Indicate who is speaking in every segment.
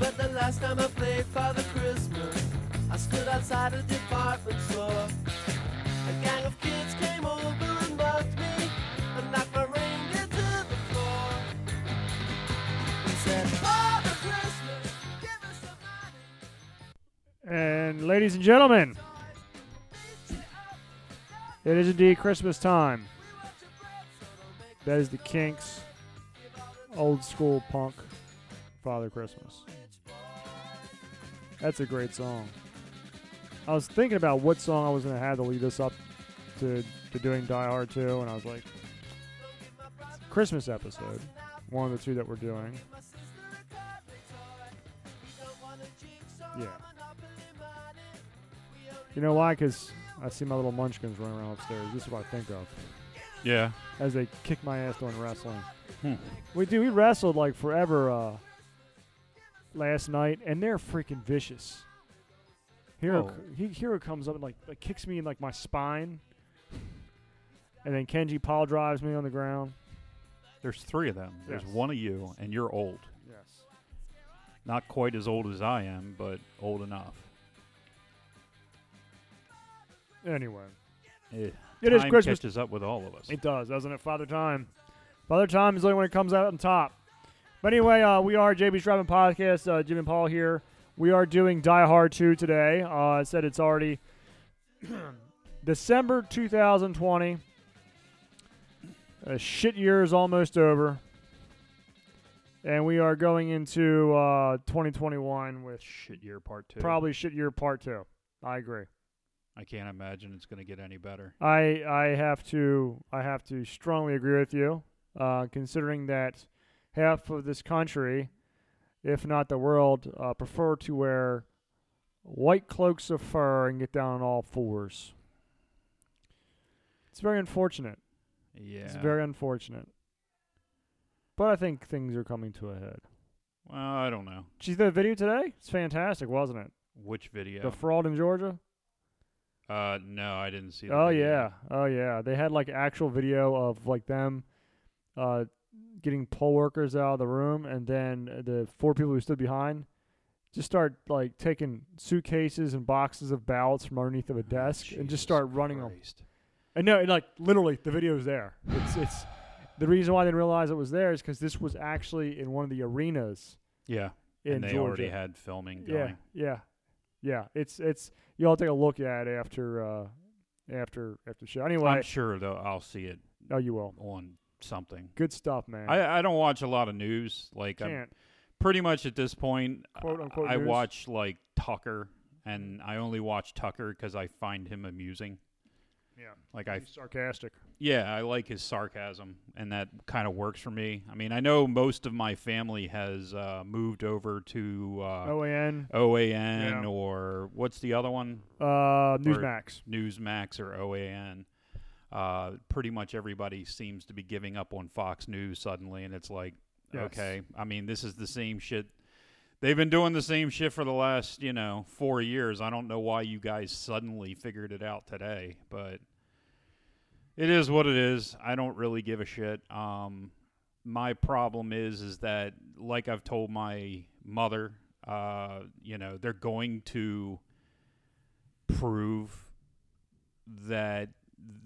Speaker 1: at the last time I played Father Christmas, I stood outside a department store. A gang of kids came over and mugged me and knocked my reindeer to the floor. He said, Father Christmas, give us some money.
Speaker 2: And ladies and gentlemen, it is indeed Christmas time. That is the Kinks, old school punk, Father Christmas. That's a great song. I was thinking about what song I was going to have to lead us up to, to doing Die Hard 2, and I was like, Christmas episode, one of the two that we're doing. Yeah. You know why? Because I see my little munchkins running around upstairs. This is what I think of
Speaker 3: Yeah.
Speaker 2: as they kick my ass doing wrestling.
Speaker 3: Hmm.
Speaker 2: We do. We wrestled like forever uh, last night, and they're freaking vicious. Hero,
Speaker 3: Oh.
Speaker 2: he, Hero comes up and like, like kicks me in like my spine, and then Kenji Paul drives me on the ground.
Speaker 3: There's three of them. There's
Speaker 2: Yes.
Speaker 3: one of you, and you're old.
Speaker 2: Yes.
Speaker 3: Not quite as old as I am, but old enough.
Speaker 2: Anyway,
Speaker 3: Eh,
Speaker 2: it is
Speaker 3: time
Speaker 2: Christmas.
Speaker 3: catches up with all of us.
Speaker 2: It does, doesn't it? Father Time. Father Time is the only one that comes out on top. But anyway, uh, we are JB's Driving Podcast. Uh, Jim and Paul here. We are doing Die Hard 2 today. Uh, I said it's already December 2020. A shit year is almost over. And we are going into uh, 2021 with
Speaker 3: Shit year part two.
Speaker 2: probably shit year part two. I agree.
Speaker 3: I can't imagine it's going to get any better.
Speaker 2: I I have to I have to strongly agree with you, uh, considering that half of this country, if not the world, uh, prefer to wear white cloaks of fur and get down on all fours. It's very unfortunate.
Speaker 3: Yeah.
Speaker 2: It's very unfortunate. But I think things are coming to a head.
Speaker 3: well, I don't know
Speaker 2: Did you see the video today? It's fantastic, wasn't it?
Speaker 3: which video.
Speaker 2: The fraud in Georgia.
Speaker 3: uh, no, I didn't see. The
Speaker 2: Oh
Speaker 3: video.
Speaker 2: yeah, oh yeah. They had like actual video of like them, uh, getting poll workers out of the room, and then the four people who stood behind just start like taking suitcases and boxes of ballots from underneath
Speaker 3: Ah,
Speaker 2: of a desk and just start running them. And no, and like literally, the video is there. It's it's the reason why I didn't realize it was there is because this was actually in one of the arenas
Speaker 3: Yeah,
Speaker 2: in
Speaker 3: and they
Speaker 2: Georgia.
Speaker 3: already had filming
Speaker 2: Yeah,
Speaker 3: going.
Speaker 2: yeah, yeah. It's it's you all take a look at it after uh after after show. Anyway,
Speaker 3: I'm sure though I'll see it
Speaker 2: oh, you will.
Speaker 3: on something.
Speaker 2: Good stuff, man.
Speaker 3: I, I don't watch a lot of news. Like I'm
Speaker 2: can't.
Speaker 3: pretty much at this point,
Speaker 2: Quote,
Speaker 3: I-
Speaker 2: unquote,
Speaker 3: I
Speaker 2: news.
Speaker 3: watch like Tucker, and I only watch Tucker because I find him amusing.
Speaker 2: Yeah.
Speaker 3: Like I
Speaker 2: He's sarcastic.
Speaker 3: Yeah, I like his sarcasm, and that kind of works for me. I mean, I know most of my family has uh, moved over to uh,
Speaker 2: OAN,
Speaker 3: OAN
Speaker 2: Oh. Yeah.
Speaker 3: or what's the other one?
Speaker 2: uh, Newsmax.
Speaker 3: Newsmax or OAN. Uh, pretty much everybody seems to be giving up on Fox News suddenly, and it's like,
Speaker 2: Yes.
Speaker 3: okay, I mean, this is the same shit. They've been doing the same shit for the last, you know, four years. I don't know why you guys suddenly figured it out today, but it is what it is. I don't really give a shit. Um, my problem is, is that like I've told my mother, uh, you know, they're going to prove that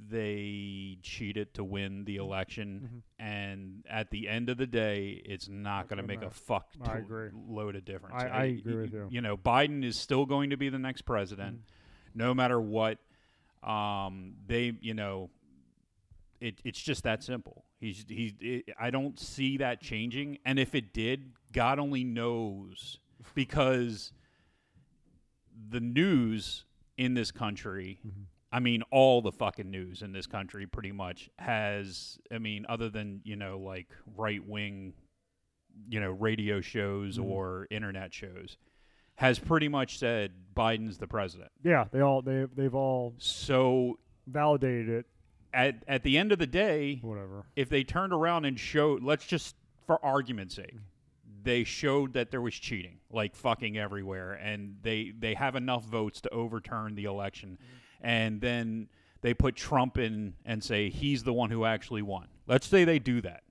Speaker 3: they cheated to win
Speaker 2: Mm-hmm.
Speaker 3: the election and at the end of the day it's not going to
Speaker 2: gonna
Speaker 3: make a
Speaker 2: matter.
Speaker 3: fuck
Speaker 2: I
Speaker 3: to-
Speaker 2: agree.
Speaker 3: load of difference
Speaker 2: I- I agree with you. Mm.
Speaker 3: you know biden is still going to be the next president no matter what um they you know it, it's just that simple he's he's it, i don't see that changing and if it did god only knows because the news in this country
Speaker 2: Mm-hmm.
Speaker 3: I mean, all the fucking news in this country pretty much has, I mean, other than, you know, like right wing, you know, radio shows or internet shows, has pretty much said Biden's the president.
Speaker 2: Yeah, they all they they've all
Speaker 3: So
Speaker 2: validated it.
Speaker 3: at, at the end of the day,
Speaker 2: Whatever.
Speaker 3: if they turned around and showed, let's just for argument's sake, they showed that there was cheating, like fucking everywhere, and they they have enough votes to overturn the election, and then they put Trump in and say he's the one who actually won. Let's say they do that,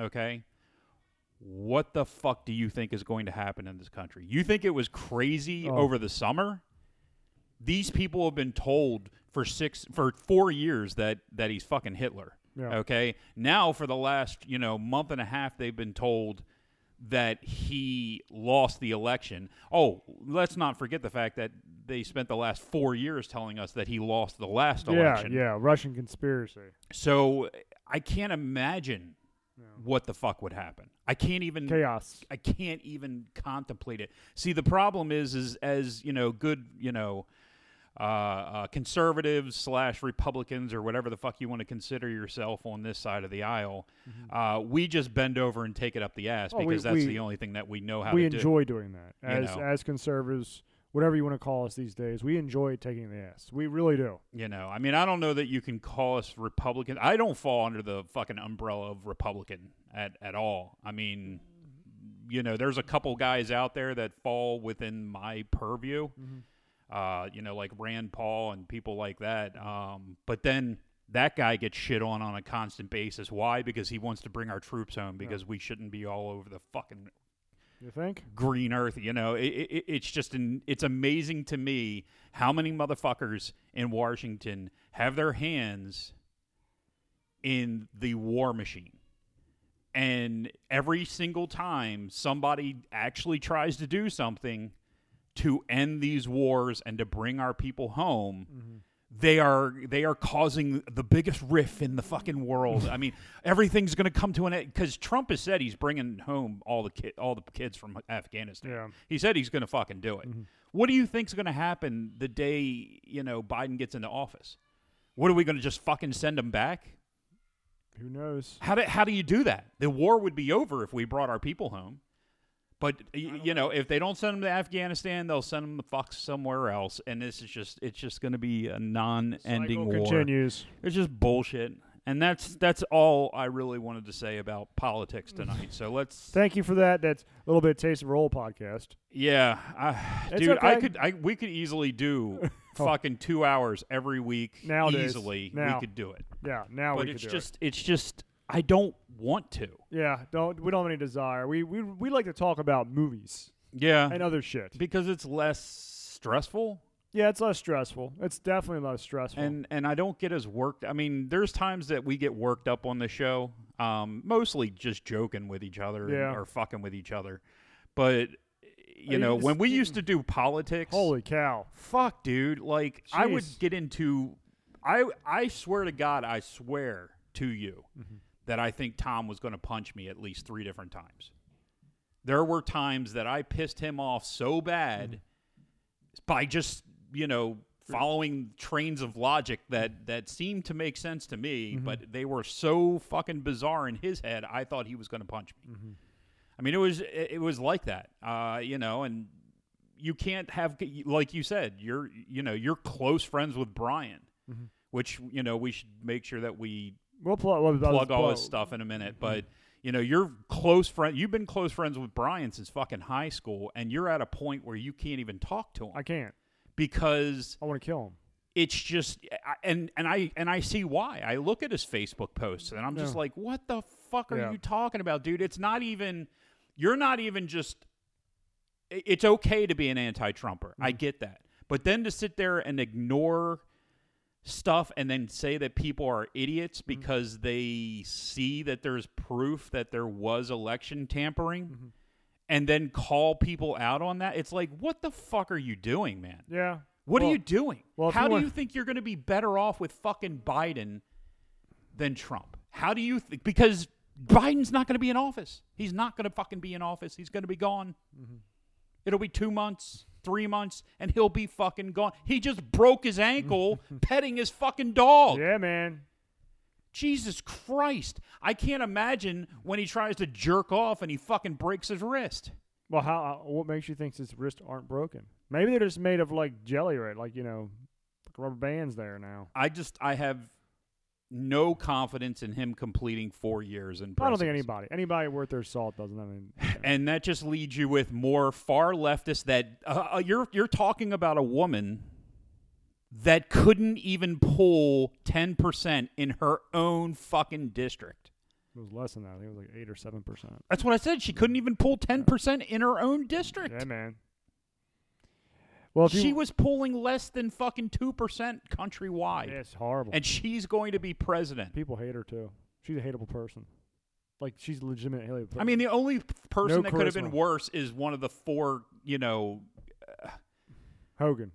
Speaker 3: okay? what the fuck do you think is going to happen in this country? You think it was crazy
Speaker 2: Oh.
Speaker 3: over the summer? These people have been told for six for four years that that he's fucking Hitler.
Speaker 2: Yeah.
Speaker 3: Okay. Now for the last, you know, month and a half they've been told that he lost the election. Oh, let's not forget the fact that they spent the last 4 years telling us that he lost the last election.
Speaker 2: Yeah, yeah, Russian conspiracy.
Speaker 3: So I can't imagine what the fuck would happen. I can't even
Speaker 2: Chaos.
Speaker 3: I can't even contemplate it. See, the problem is, is as you know, good, you know, uh, uh, conservatives slash Republicans or whatever the fuck you want to consider yourself on this side of the aisle, uh, we just bend over and take it up the ass
Speaker 2: Oh, Mm-hmm. we-
Speaker 3: because that's
Speaker 2: we-
Speaker 3: the only thing that we know how
Speaker 2: we
Speaker 3: to do.
Speaker 2: enjoy doing that
Speaker 3: You
Speaker 2: as
Speaker 3: know.
Speaker 2: as conservatives, whatever you want to call us these days. We enjoy taking the ass. We really do.
Speaker 3: You know, I mean, I don't know that you can call us Republican. I don't fall under the fucking umbrella of Republican at at all. I mean. You know, there's a couple guys out there that fall within my purview. uh, you know, like Rand Paul and people like that. Um, but then that guy gets shit on on a constant basis. Why? Because he wants to bring our troops home because we shouldn't be all over the fucking
Speaker 2: You think?
Speaker 3: green earth. You know, it, it, it- it's just an, it's amazing to me how many motherfuckers in Washington have their hands in the war machine. And every single time somebody actually tries to do something to end these wars and to bring our people home, they are they are causing the biggest rift in the fucking world. I mean, everything's going to come to an end because Trump has said he's bringing home all the ki- all the kids from Afghanistan.
Speaker 2: Yeah.
Speaker 3: He said he's going to fucking do it. What do you think's going to happen the day you know Biden gets into office? What are we going to just fucking send them back?
Speaker 2: Who knows?
Speaker 3: How do how do you do that? The war would be over if we brought our people home. But y- you know, if they don't send them to Afghanistan, they'll send them the fuck somewhere else. And this is just it's just going to be a non-ending
Speaker 2: Cycle
Speaker 3: war.
Speaker 2: continues.
Speaker 3: It's just bullshit. And that's that's all I really wanted to say about politics tonight. So let's
Speaker 2: Thank you for that. That's a little bit of taste of roll podcast.
Speaker 3: Yeah, I,
Speaker 2: It's
Speaker 3: dude, I
Speaker 2: okay. Oh.
Speaker 3: could, I we could easily do fucking two hours every week.
Speaker 2: Nowadays.
Speaker 3: easily
Speaker 2: Now.
Speaker 3: we could do it,
Speaker 2: Yeah. Now
Speaker 3: but
Speaker 2: we
Speaker 3: it's
Speaker 2: can do
Speaker 3: just, it's just, I don't want to.
Speaker 2: it. Yeah. Don't we don't have any desire. We we we like to talk about movies
Speaker 3: Yeah,
Speaker 2: and other shit.
Speaker 3: because it's less stressful,
Speaker 2: Yeah, it's less stressful. It's definitely less stressful.
Speaker 3: and and I don't get as worked. I mean, there's times that we get worked up on the show, um, mostly just joking with each other and-
Speaker 2: Yeah.
Speaker 3: or fucking with each other, but. You
Speaker 2: you
Speaker 3: know, when
Speaker 2: just-
Speaker 3: we used to do politics,
Speaker 2: Holy cow.
Speaker 3: fuck dude like i would
Speaker 2: Jeez.
Speaker 3: get into i i swear to god i swear to you that i think tom was going to punch me at least three different times there were times that i pissed him off so bad by just you know following trains of logic that that seemed to make sense to me but they were so fucking bizarre in his head i thought he was going to punch me i mean it was it, it was like that uh you know and you can't have like you said you're you know you're close friends with brian which you know we should make sure that we
Speaker 2: We'll plug, we'll
Speaker 3: plug all
Speaker 2: plug-
Speaker 3: this stuff in a minute but you know you're close friend you've been close friends with brian since fucking high school and you're at a point where you can't even talk to him
Speaker 2: I can't.
Speaker 3: because
Speaker 2: I want to kill him.
Speaker 3: it's just I- and and I and I see why. I look at his Facebook posts and I'm just
Speaker 2: Yeah.
Speaker 3: like, what the fuck are
Speaker 2: Yeah.
Speaker 3: you talking about, dude? It's not even you're not even just i- it's okay to be an anti-Trumper. I
Speaker 2: Mm.
Speaker 3: get that. But then to sit there and ignore stuff and then say that people are idiots
Speaker 2: Mm-hmm.
Speaker 3: because they see that there's proof that there was election tampering
Speaker 2: Mm-hmm.
Speaker 3: and then call people out on that. It's like, what the fuck are you doing, man?
Speaker 2: Yeah.
Speaker 3: What are
Speaker 2: Well,
Speaker 3: you doing?
Speaker 2: well, if
Speaker 3: How
Speaker 2: you
Speaker 3: do
Speaker 2: want-
Speaker 3: you think you're going to be better off with fucking Biden than Trump? How do you think? Because Biden's not going to be in office. He's not going to fucking be in office. He's going to be gone. It'll be two months, three months, and he'll be fucking gone. He just broke his ankle petting his fucking dog.
Speaker 2: Yeah, man.
Speaker 3: Jesus Christ. I can't imagine when he tries to jerk off and he fucking breaks his wrist.
Speaker 2: Well, how? uh, What makes you think his wrists aren't broken? Maybe they're just made of like jelly, right? Like you know, like rubber bands there now.
Speaker 3: I just, I have no confidence in him completing four years in prison.
Speaker 2: I don't think anybody, anybody worth their salt doesn't. I mean,
Speaker 3: and that just leads you with more far leftists that uh, uh, you're you're talking about a woman that couldn't even pull 10% in her own fucking district
Speaker 2: It was less than that. I think it was like eight or seven percent.
Speaker 3: That's what I said. She couldn't even pull 10% in her own district.
Speaker 2: Yeah, man. Well, if
Speaker 3: she
Speaker 2: you,
Speaker 3: was pulling less than fucking 2% countrywide.
Speaker 2: yeah, it's horrible.
Speaker 3: And she's going to be president.
Speaker 2: People hate her too. She's a hateable person. Like she's a legitimate hateable. Person.
Speaker 3: I mean, the only person
Speaker 2: No
Speaker 3: that could have been
Speaker 2: charisma.
Speaker 3: worse is one of the four, you know,
Speaker 2: Hogan.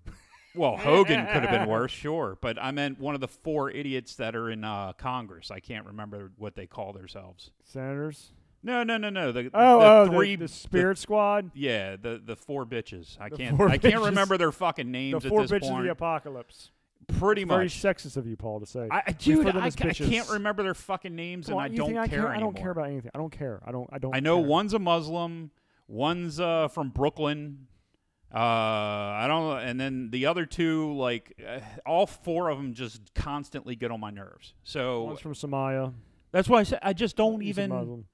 Speaker 3: well,
Speaker 2: Eh,
Speaker 3: Hogan could have been worse, sure. But I meant one of the four idiots that are in uh, Congress. I can't remember what they call themselves.
Speaker 2: Senators.
Speaker 3: No, no, no, no. The,
Speaker 2: Oh,
Speaker 3: the
Speaker 2: oh, the-
Speaker 3: three
Speaker 2: the, Spirit Squad.
Speaker 3: yeah, the the four bitches. I
Speaker 2: The
Speaker 3: can't.
Speaker 2: four
Speaker 3: I can't
Speaker 2: bitches.
Speaker 3: remember their fucking
Speaker 2: The
Speaker 3: names
Speaker 2: four
Speaker 3: at this
Speaker 2: bitches of the
Speaker 3: point.
Speaker 2: apocalypse.
Speaker 3: Pretty
Speaker 2: Very
Speaker 3: much.
Speaker 2: sexist of you, Paul, to say.
Speaker 3: I, I-
Speaker 2: Refer
Speaker 3: dude,
Speaker 2: to them
Speaker 3: I,
Speaker 2: as
Speaker 3: ca- I can't
Speaker 2: bitches.
Speaker 3: remember their fucking names,
Speaker 2: Come
Speaker 3: and I
Speaker 2: on, you
Speaker 3: don't
Speaker 2: think I
Speaker 3: care
Speaker 2: I
Speaker 3: anymore.
Speaker 2: don't care about anything. I don't care. I don't. I don't.
Speaker 3: I know
Speaker 2: care.
Speaker 3: one's a Muslim, one's uh, from Brooklyn. Uh, I don't, and then the other two, like uh, all four of them, just constantly get on my nerves. So
Speaker 2: One's from Somalia.
Speaker 3: that's why I said I just don't
Speaker 2: He's a
Speaker 3: even.
Speaker 2: Muslim.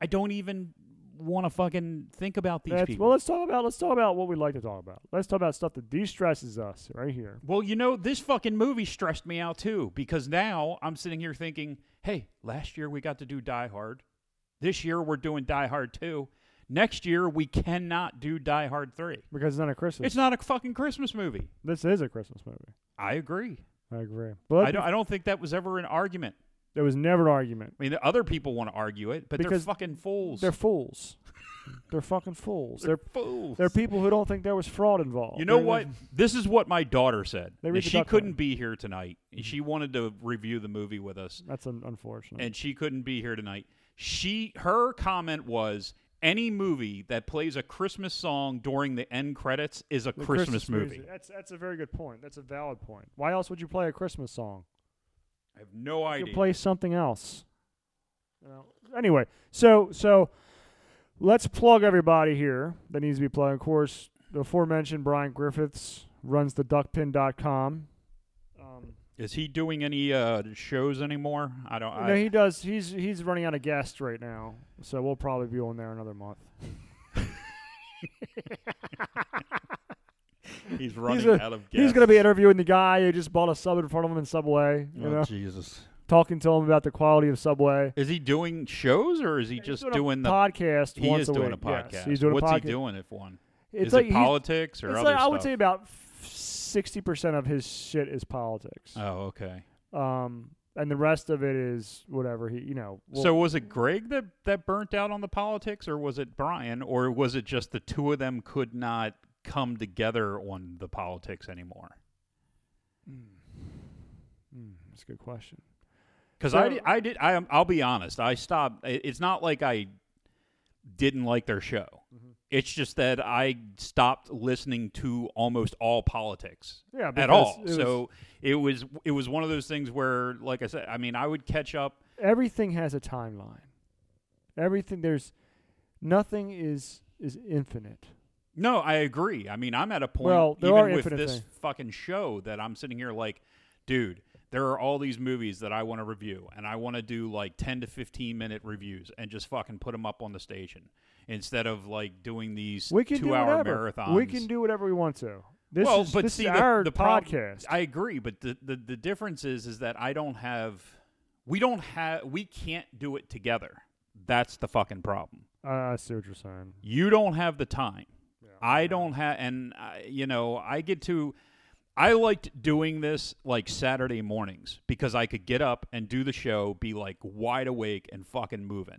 Speaker 3: I don't even want to fucking think about these
Speaker 2: That's,
Speaker 3: people.
Speaker 2: well, let's talk about let's talk about what we like to talk about. Let's talk about stuff that de-stresses us right here.
Speaker 3: Well, you know, this fucking movie stressed me out too because now I'm sitting here thinking, hey, last year we got to do Die Hard. This year we're doing Die Hard 2. Next year we cannot do Die Hard 3.
Speaker 2: Because it's not a Christmas.
Speaker 3: It's not a fucking Christmas movie.
Speaker 2: this is a Christmas movie.
Speaker 3: I agree.
Speaker 2: I agree. But
Speaker 3: I don't, I don't think that was ever an argument.
Speaker 2: there was never an argument.
Speaker 3: I mean, the other people want to argue it, but
Speaker 2: Because
Speaker 3: they're fucking fools.
Speaker 2: They're fools. they're fucking fools. They're
Speaker 3: fools.
Speaker 2: they're people who don't think there was fraud involved.
Speaker 3: you know
Speaker 2: They're-
Speaker 3: what? This is what my daughter said.
Speaker 2: They read
Speaker 3: And
Speaker 2: the Mm-hmm.
Speaker 3: She
Speaker 2: duck
Speaker 3: couldn't
Speaker 2: line.
Speaker 3: be here tonight. and She wanted to review the movie with us.
Speaker 2: That's un- unfortunate.
Speaker 3: and she couldn't be here tonight. She her comment was any movie that plays a Christmas song during the end credits is a
Speaker 2: The
Speaker 3: Christmas, movie.
Speaker 2: music. That's that's a very good point. That's a valid point. Why else would you play a Christmas song?
Speaker 3: I have no
Speaker 2: You
Speaker 3: idea.
Speaker 2: play something else. You know? Anyway, so so let's plug everybody here that needs to be plugged. Of course, the aforementioned Brian Griffiths runs the duckpin.com. Um,
Speaker 3: is he doing any uh, shows anymore? I don't.
Speaker 2: no,
Speaker 3: I,
Speaker 2: he does. He's he's running out of guests right now, so we'll probably be on there another month.
Speaker 3: he's running
Speaker 2: a-
Speaker 3: out of gas.
Speaker 2: He's going to be interviewing the guy who just bought a sub in front of him in Subway. You know,
Speaker 3: Oh, Jesus!
Speaker 2: talking to him about the quality of Subway.
Speaker 3: Is he doing shows or is he
Speaker 2: He's
Speaker 3: just doing,
Speaker 2: a
Speaker 3: the?
Speaker 2: podcast.
Speaker 3: he
Speaker 2: once
Speaker 3: is
Speaker 2: a
Speaker 3: doing
Speaker 2: week.
Speaker 3: a podcast.
Speaker 2: Yes, he's doing
Speaker 3: What's
Speaker 2: a podcast.
Speaker 3: he doing? If one
Speaker 2: It's
Speaker 3: is
Speaker 2: like
Speaker 3: it
Speaker 2: he's-
Speaker 3: politics or
Speaker 2: It's
Speaker 3: other
Speaker 2: like
Speaker 3: stuff?
Speaker 2: I would say about sixty percent of his shit is politics.
Speaker 3: Oh, okay.
Speaker 2: Um, and the rest of it is whatever he, you know. well,
Speaker 3: so was it Greg that that burnt out on the politics, or was it Brian, or was it just the two of them could not come together on the politics anymore?
Speaker 2: Hmm, that's a good question.
Speaker 3: Because
Speaker 2: So-
Speaker 3: I did, I did I am- I'll be honest, I stopped. i- It's not like I didn't like their show.
Speaker 2: Mm-hmm.
Speaker 3: It's just that I stopped listening to almost all politics
Speaker 2: Yeah,
Speaker 3: at
Speaker 2: because
Speaker 3: all.
Speaker 2: it was-
Speaker 3: so it was it was one of those things where, like I said, I mean, I would catch up.
Speaker 2: everything has a timeline. Everything there's nothing is is infinite.
Speaker 3: No, I agree. I mean, I'm at a point
Speaker 2: Well, there
Speaker 3: even
Speaker 2: are
Speaker 3: with
Speaker 2: infinite
Speaker 3: this
Speaker 2: things.
Speaker 3: fucking show that I'm sitting here like, dude, there are all these movies that I want to review, and I want to do like 10 to 15 minute reviews and just fucking put them up on the station instead of like doing these
Speaker 2: We can
Speaker 3: two
Speaker 2: do
Speaker 3: hour
Speaker 2: whatever.
Speaker 3: marathons.
Speaker 2: We can do whatever we want to. This
Speaker 3: well,
Speaker 2: is
Speaker 3: but
Speaker 2: this
Speaker 3: see,
Speaker 2: is
Speaker 3: the,
Speaker 2: our
Speaker 3: the prob-
Speaker 2: podcast.
Speaker 3: I agree, but the, the the difference is is that I don't have, we don't have, we can't do it together. That's the fucking problem
Speaker 2: Uh, I, I see what you're saying.
Speaker 3: you don't have the time i don't have and I, you know i get to i liked doing this like saturday mornings because i could get up and do the show be like wide awake and fucking moving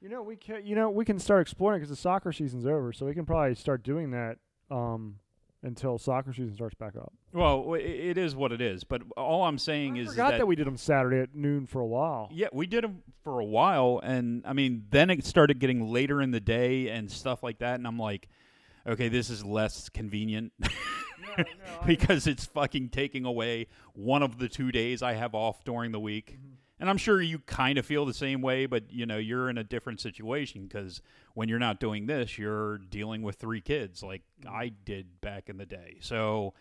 Speaker 2: You know we can. You know we can start exploring because the soccer season's over, so we can probably start doing that um, until soccer season starts back up.
Speaker 3: well i- it is what it is but all i'm saying
Speaker 2: I
Speaker 3: is
Speaker 2: forgot
Speaker 3: that,
Speaker 2: that, we did them Saturday at noon for a while.
Speaker 3: yeah we did them for a while and i mean then it started getting later in the day and stuff like that and i'm like okay this is less convenient because it's fucking taking away one of the two days I have off during the week.
Speaker 2: Mm-hmm.
Speaker 3: And I'm sure you kind of feel the same way, but you know, you're in a different situation because when you're not doing this, you're dealing with three kids like
Speaker 2: Mm-hmm.
Speaker 3: I did back in the day. So,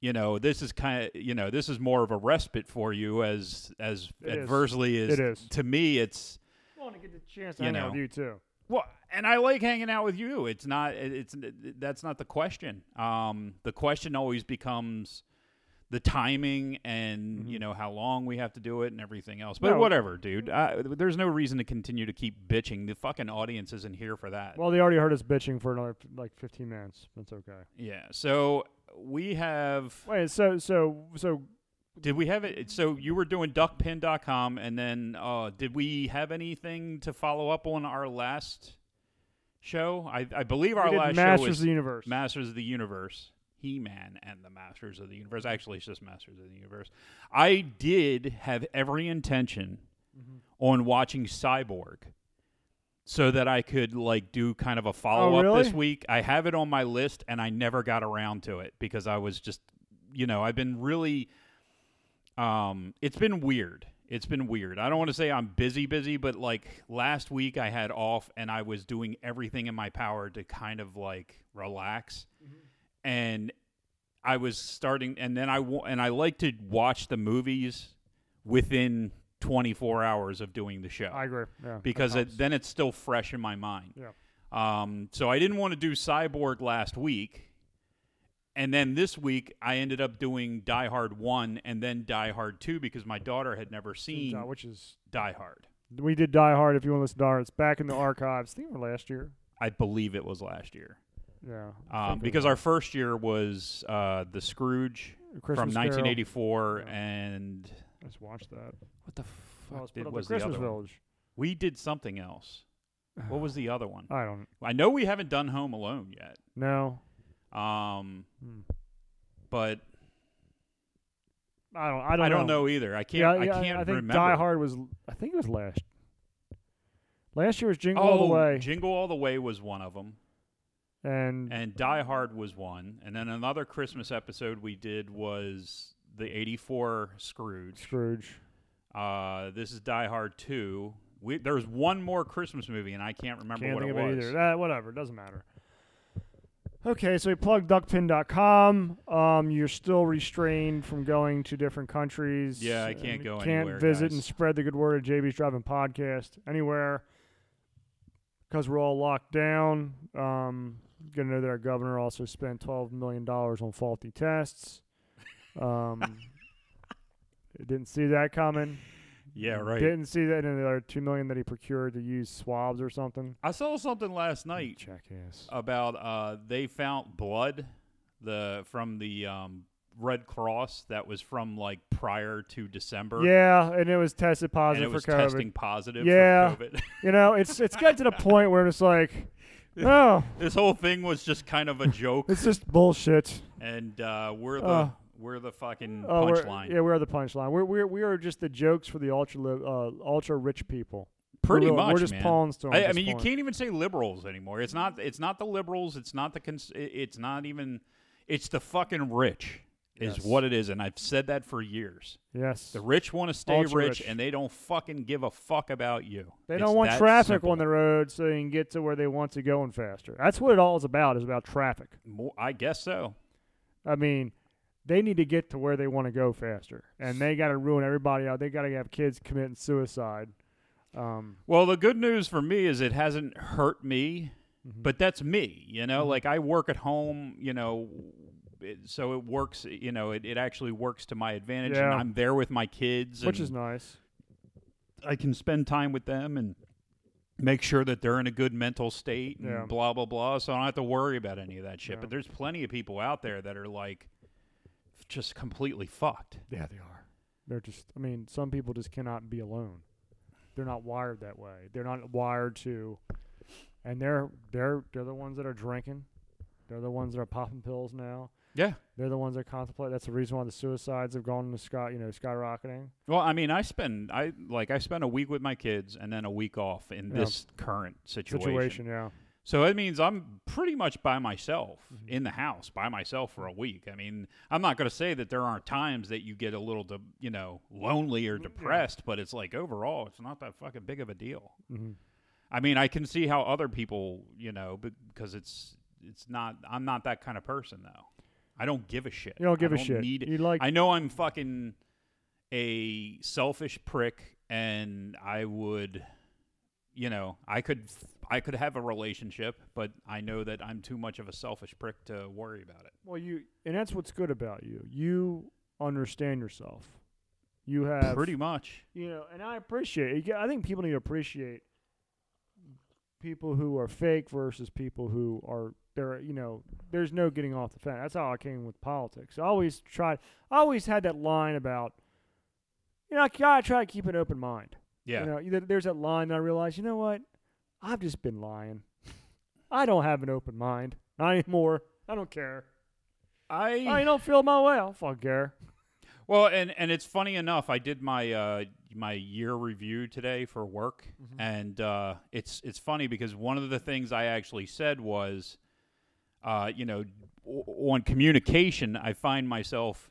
Speaker 3: you know, this is kind of, you know, this is more of a respite for you as, as
Speaker 2: It is.
Speaker 3: adversely as
Speaker 2: It is.
Speaker 3: to me, it's,
Speaker 2: I want to get the chance
Speaker 3: to You hang out know. with
Speaker 2: you too.
Speaker 3: well, and I like hanging out with you. It's not. It's that's not the question. Um, the question always becomes the timing and you know how long we have to do it and everything else. But
Speaker 2: Mm-hmm. No.
Speaker 3: whatever, dude. I, there's no reason to continue to keep bitching. The fucking audience isn't here for that.
Speaker 2: Well, they already heard us bitching for another like 15 minutes. That's okay.
Speaker 3: yeah. So we have.
Speaker 2: Wait, so so so
Speaker 3: Did we have it? So you were doing duckpin.com, and then uh, did we have anything to follow up on our last show? I, I believe our
Speaker 2: we did
Speaker 3: last
Speaker 2: Masters
Speaker 3: show
Speaker 2: of
Speaker 3: was
Speaker 2: the Universe.
Speaker 3: Masters of the Universe, He Man, and the Masters of the Universe. Actually, it's just Masters of the Universe. I did have every intention on watching Cyborg. So that I could like do kind of a follow up this
Speaker 2: Oh, really?
Speaker 3: week. I have it on my list and I never got around to it because I was just you know, I've been really um it's been weird it's been weird i don't want to say i'm busy busy but like last week i had off and i was doing everything in my power to kind of like relax and i was starting and then i wa- and i like to watch the movies within 24 hours of doing the show
Speaker 2: I agree. Yeah, that
Speaker 3: because
Speaker 2: helps.
Speaker 3: it, then it's still fresh in my mind
Speaker 2: yeah.
Speaker 3: um, so I didn't want to do Cyborg last week. And then this week, I ended up doing Die Hard 1 and then Die Hard 2 because my daughter had never seen
Speaker 2: Uh, which is
Speaker 3: Die Hard.
Speaker 2: we did Die Hard. If you want to listen to Die Hard, it's back in the archives. I think we were last year.
Speaker 3: I believe it was last year.
Speaker 2: Yeah, I
Speaker 3: Um,
Speaker 2: think it
Speaker 3: because
Speaker 2: was.
Speaker 3: our first year was uh, The Scrooge
Speaker 2: Christmas
Speaker 3: from 1984
Speaker 2: Carol. Yeah.
Speaker 3: and.
Speaker 2: I just watched that.
Speaker 3: What the
Speaker 2: Well,
Speaker 3: fuck
Speaker 2: it's put
Speaker 3: did,
Speaker 2: up the
Speaker 3: was the
Speaker 2: Christmas
Speaker 3: other one?
Speaker 2: Village.
Speaker 3: We did something else. What was the other one?
Speaker 2: I don't
Speaker 3: I know we haven't done Home Alone yet.
Speaker 2: know.
Speaker 3: Um,
Speaker 2: Hmm.
Speaker 3: but
Speaker 2: I don't. I don't.
Speaker 3: I don't know, either. I can't.
Speaker 2: yeah, yeah,
Speaker 3: I can't
Speaker 2: I think
Speaker 3: remember.
Speaker 2: Die Hard was. I think it was last. Last year was Jingle
Speaker 3: oh,
Speaker 2: All the Way,
Speaker 3: Jingle All the Way was one of them,
Speaker 2: and
Speaker 3: and Die Hard was one, and then another Christmas episode we did was the '84 Scrooge.
Speaker 2: Scrooge.
Speaker 3: Uh, this is Die Hard two. We, there was one more Christmas movie, and I can't remember
Speaker 2: Can't
Speaker 3: what
Speaker 2: think
Speaker 3: it
Speaker 2: of
Speaker 3: was.
Speaker 2: it either. That, whatever, it doesn't matter. Okay, so we plugged duckpin.com. Um, you're still restrained from going to different countries.
Speaker 3: Yeah, I
Speaker 2: and
Speaker 3: can't go
Speaker 2: Can't
Speaker 3: anywhere,
Speaker 2: visit
Speaker 3: guys.
Speaker 2: and spread the good word of JB's Driving Podcast anywhere because we're all locked down. Um, gonna know that our governor also spent twelve million dollars on faulty tests. Um, didn't see that coming.
Speaker 3: Yeah, right.
Speaker 2: Didn't see that in the other two million that he procured to use swabs or something.
Speaker 3: I saw something last night
Speaker 2: Jackass.
Speaker 3: about uh, they found blood the from the um, Red Cross that was from like prior to December.
Speaker 2: Yeah, and it was tested
Speaker 3: and
Speaker 2: positive
Speaker 3: it was
Speaker 2: for COVID.
Speaker 3: testing positive
Speaker 2: Yeah.
Speaker 3: for COVID.
Speaker 2: You know, it's it's got to the point where it's like, oh,
Speaker 3: this whole thing was just kind of a joke.
Speaker 2: it's just bullshit.
Speaker 3: and uh, we're the
Speaker 2: Uh,
Speaker 3: we're the fucking
Speaker 2: Oh, we're-
Speaker 3: punchline.
Speaker 2: Yeah, we're the punchline. We're we're we are just the jokes for the ultra li- uh, ultra rich people.
Speaker 3: Pretty
Speaker 2: we're, real-
Speaker 3: much,
Speaker 2: We're just
Speaker 3: man.
Speaker 2: pawns to 'em at
Speaker 3: I, I
Speaker 2: this
Speaker 3: mean, you
Speaker 2: point.
Speaker 3: can't even say liberals anymore. It's not it's not the liberals. It's not the cons- it- it's not even it's the fucking rich is
Speaker 2: Yes.
Speaker 3: what it is, and I've said that for years.
Speaker 2: Yes,
Speaker 3: The rich want to stay rich,
Speaker 2: Ultra rich.
Speaker 3: and they don't fucking give a fuck about you.
Speaker 2: they
Speaker 3: It's
Speaker 2: don't want
Speaker 3: that
Speaker 2: traffic
Speaker 3: simple.
Speaker 2: on the road so they can get to where they want to go and faster. That's what it all is about. Is about traffic.
Speaker 3: Mo- I guess so.
Speaker 2: I mean, they need to get to where they want to go faster, and they got to ruin everybody out. They got to have kids committing suicide. Um,
Speaker 3: Well, the good news for me is it hasn't hurt me,
Speaker 2: Mm-hmm.
Speaker 3: but that's me. You know, like I work at home, you know, it, so it works, you know, it, it actually works to my advantage. And
Speaker 2: Yeah.
Speaker 3: I'm there with my kids,
Speaker 2: which
Speaker 3: and
Speaker 2: is nice.
Speaker 3: I can spend time with them and make sure that they're in a good mental state and
Speaker 2: Yeah.
Speaker 3: blah, blah, blah. So I don't have to worry about any of that shit.
Speaker 2: Yeah.
Speaker 3: But there's plenty of people out there that are like just completely fucked.
Speaker 2: Yeah, they are. They're just. I mean, some people just cannot be alone. They're not wired that way. They're not wired to. And they're they're they're the ones that are drinking. They're the ones that are popping pills now.
Speaker 3: Yeah.
Speaker 2: They're the ones that contemplate. That's the reason why the suicides have gone to sky, you know, skyrocketing.
Speaker 3: Well, I mean, I spend I like I spend a week with my kids and then a week off in
Speaker 2: Yeah.
Speaker 3: this current
Speaker 2: Situation, yeah.
Speaker 3: So it means I'm pretty much by myself
Speaker 2: Mm-hmm.
Speaker 3: in the house by myself for a week. I mean, I'm not going to say that there aren't times that you get a little, de- you know, lonely
Speaker 2: Mm,
Speaker 3: or depressed, but it's like overall, it's not that fucking big of a deal.
Speaker 2: Mhm.
Speaker 3: I mean, I can see how other people, you know, be- because it's it's not. I'm not that kind of person though. I don't give a shit.
Speaker 2: You don't give
Speaker 3: a
Speaker 2: a shit.
Speaker 3: Need
Speaker 2: You like-
Speaker 3: I know I'm fucking a selfish prick, and I would you know, I could I could have a relationship, but I know that I'm too much of a selfish prick to worry about it.
Speaker 2: Well, you and that's what's good about you. You understand yourself. You have
Speaker 3: Pretty much.
Speaker 2: you know, and I appreciate. you- I think people need to appreciate people who are fake versus people who are there. You know, there's no getting off the fence. That's how I came with politics. I always tried. I always had that line about, you know, I gotta try to keep an open mind.
Speaker 3: Yeah.
Speaker 2: You know, there- there's that line that I realized. You know what? I've just been lying. I don't have an open mind. Not anymore. I don't care. I don't feel my way. I don't fucking care.
Speaker 3: Well, and and it's funny enough, I did my uh, my year review today for work, and uh, it's it's funny because one of the things I actually said was, uh, you know, o- on communication, I find myself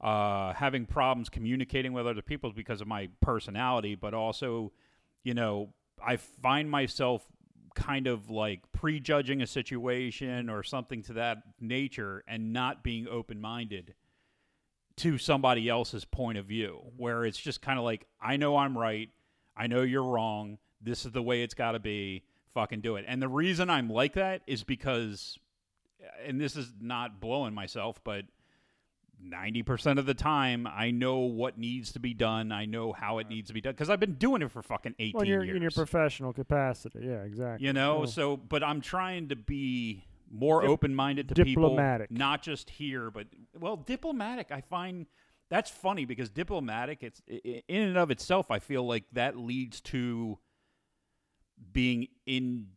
Speaker 3: uh, having problems communicating with other people because of my personality, but also, you know, I find myself kind of like prejudging a situation or something to that nature and not being open minded to somebody else's point of view, where it's just kind of like, I know I'm right. I know you're wrong. This is the way it's got to be. Fucking do it. And the reason I'm like that is because, uh, and this is not blowing myself, but 90% of the time, I know what needs to be done. I know how it needs to be done because I've been doing it for fucking 18
Speaker 2: Well, in your,
Speaker 3: years.
Speaker 2: in your professional capacity. Yeah, exactly.
Speaker 3: you know,
Speaker 2: Yeah.
Speaker 3: so, but I'm trying to be more
Speaker 2: Dip-
Speaker 3: open minded to
Speaker 2: diplomatic.
Speaker 3: people, not just here, but, well, diplomatic. I find that's funny because diplomatic, it's i- i- in and of itself, I feel like that leads to being in.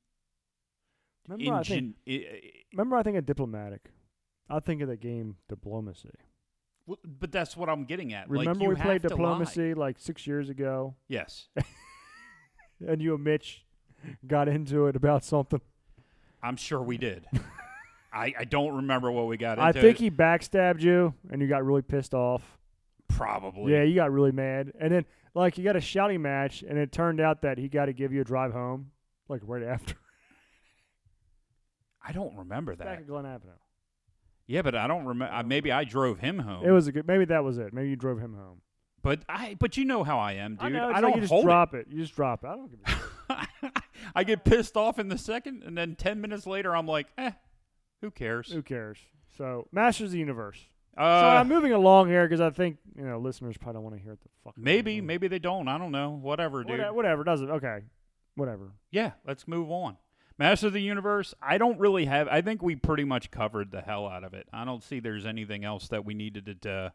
Speaker 2: Remember, I think,
Speaker 3: ingen- i- i-
Speaker 2: remember, I think of diplomatic. I think of the game diplomacy.
Speaker 3: well, but that's what I'm getting at. Like,
Speaker 2: Remember
Speaker 3: you
Speaker 2: we
Speaker 3: have
Speaker 2: played
Speaker 3: to lie.
Speaker 2: diplomacy like six years ago,
Speaker 3: Yes.
Speaker 2: and you and Mitch got into it about something.
Speaker 3: I'm sure we did. I, I don't remember what we got into.
Speaker 2: I think he backstabbed you, and you got really pissed off.
Speaker 3: probably.
Speaker 2: Yeah, you got really mad, and then like you got a shouting match, and it turned out that he got to give you a drive home, like right after
Speaker 3: I don't remember
Speaker 2: back
Speaker 3: that.
Speaker 2: at Glen Avenue.
Speaker 3: Yeah, but I don't remember. Maybe I drove him home.
Speaker 2: It was a good. Maybe that was it. Maybe you drove him home.
Speaker 3: but I but you know how I am, dude.
Speaker 2: I, know, it's like
Speaker 3: don't
Speaker 2: you just
Speaker 3: hold
Speaker 2: drop it. You just drop it. I don't give a shit.
Speaker 3: it. I get pissed off in the second, and then ten minutes later, I'm like, eh, who cares?
Speaker 2: Who cares? So, Masters of the Universe. so
Speaker 3: Uh,
Speaker 2: I'm moving along here because I think you know listeners probably don't want to hear what the fuck. I'm
Speaker 3: maybe
Speaker 2: doing.
Speaker 3: maybe they don't. I don't know. Whatever, dude.
Speaker 2: Whata- whatever doesn't okay, whatever.
Speaker 3: yeah, let's move on. Master of the Universe. I don't really have. I think we pretty much covered the hell out of it. I don't see there's anything else that we needed to. Uh,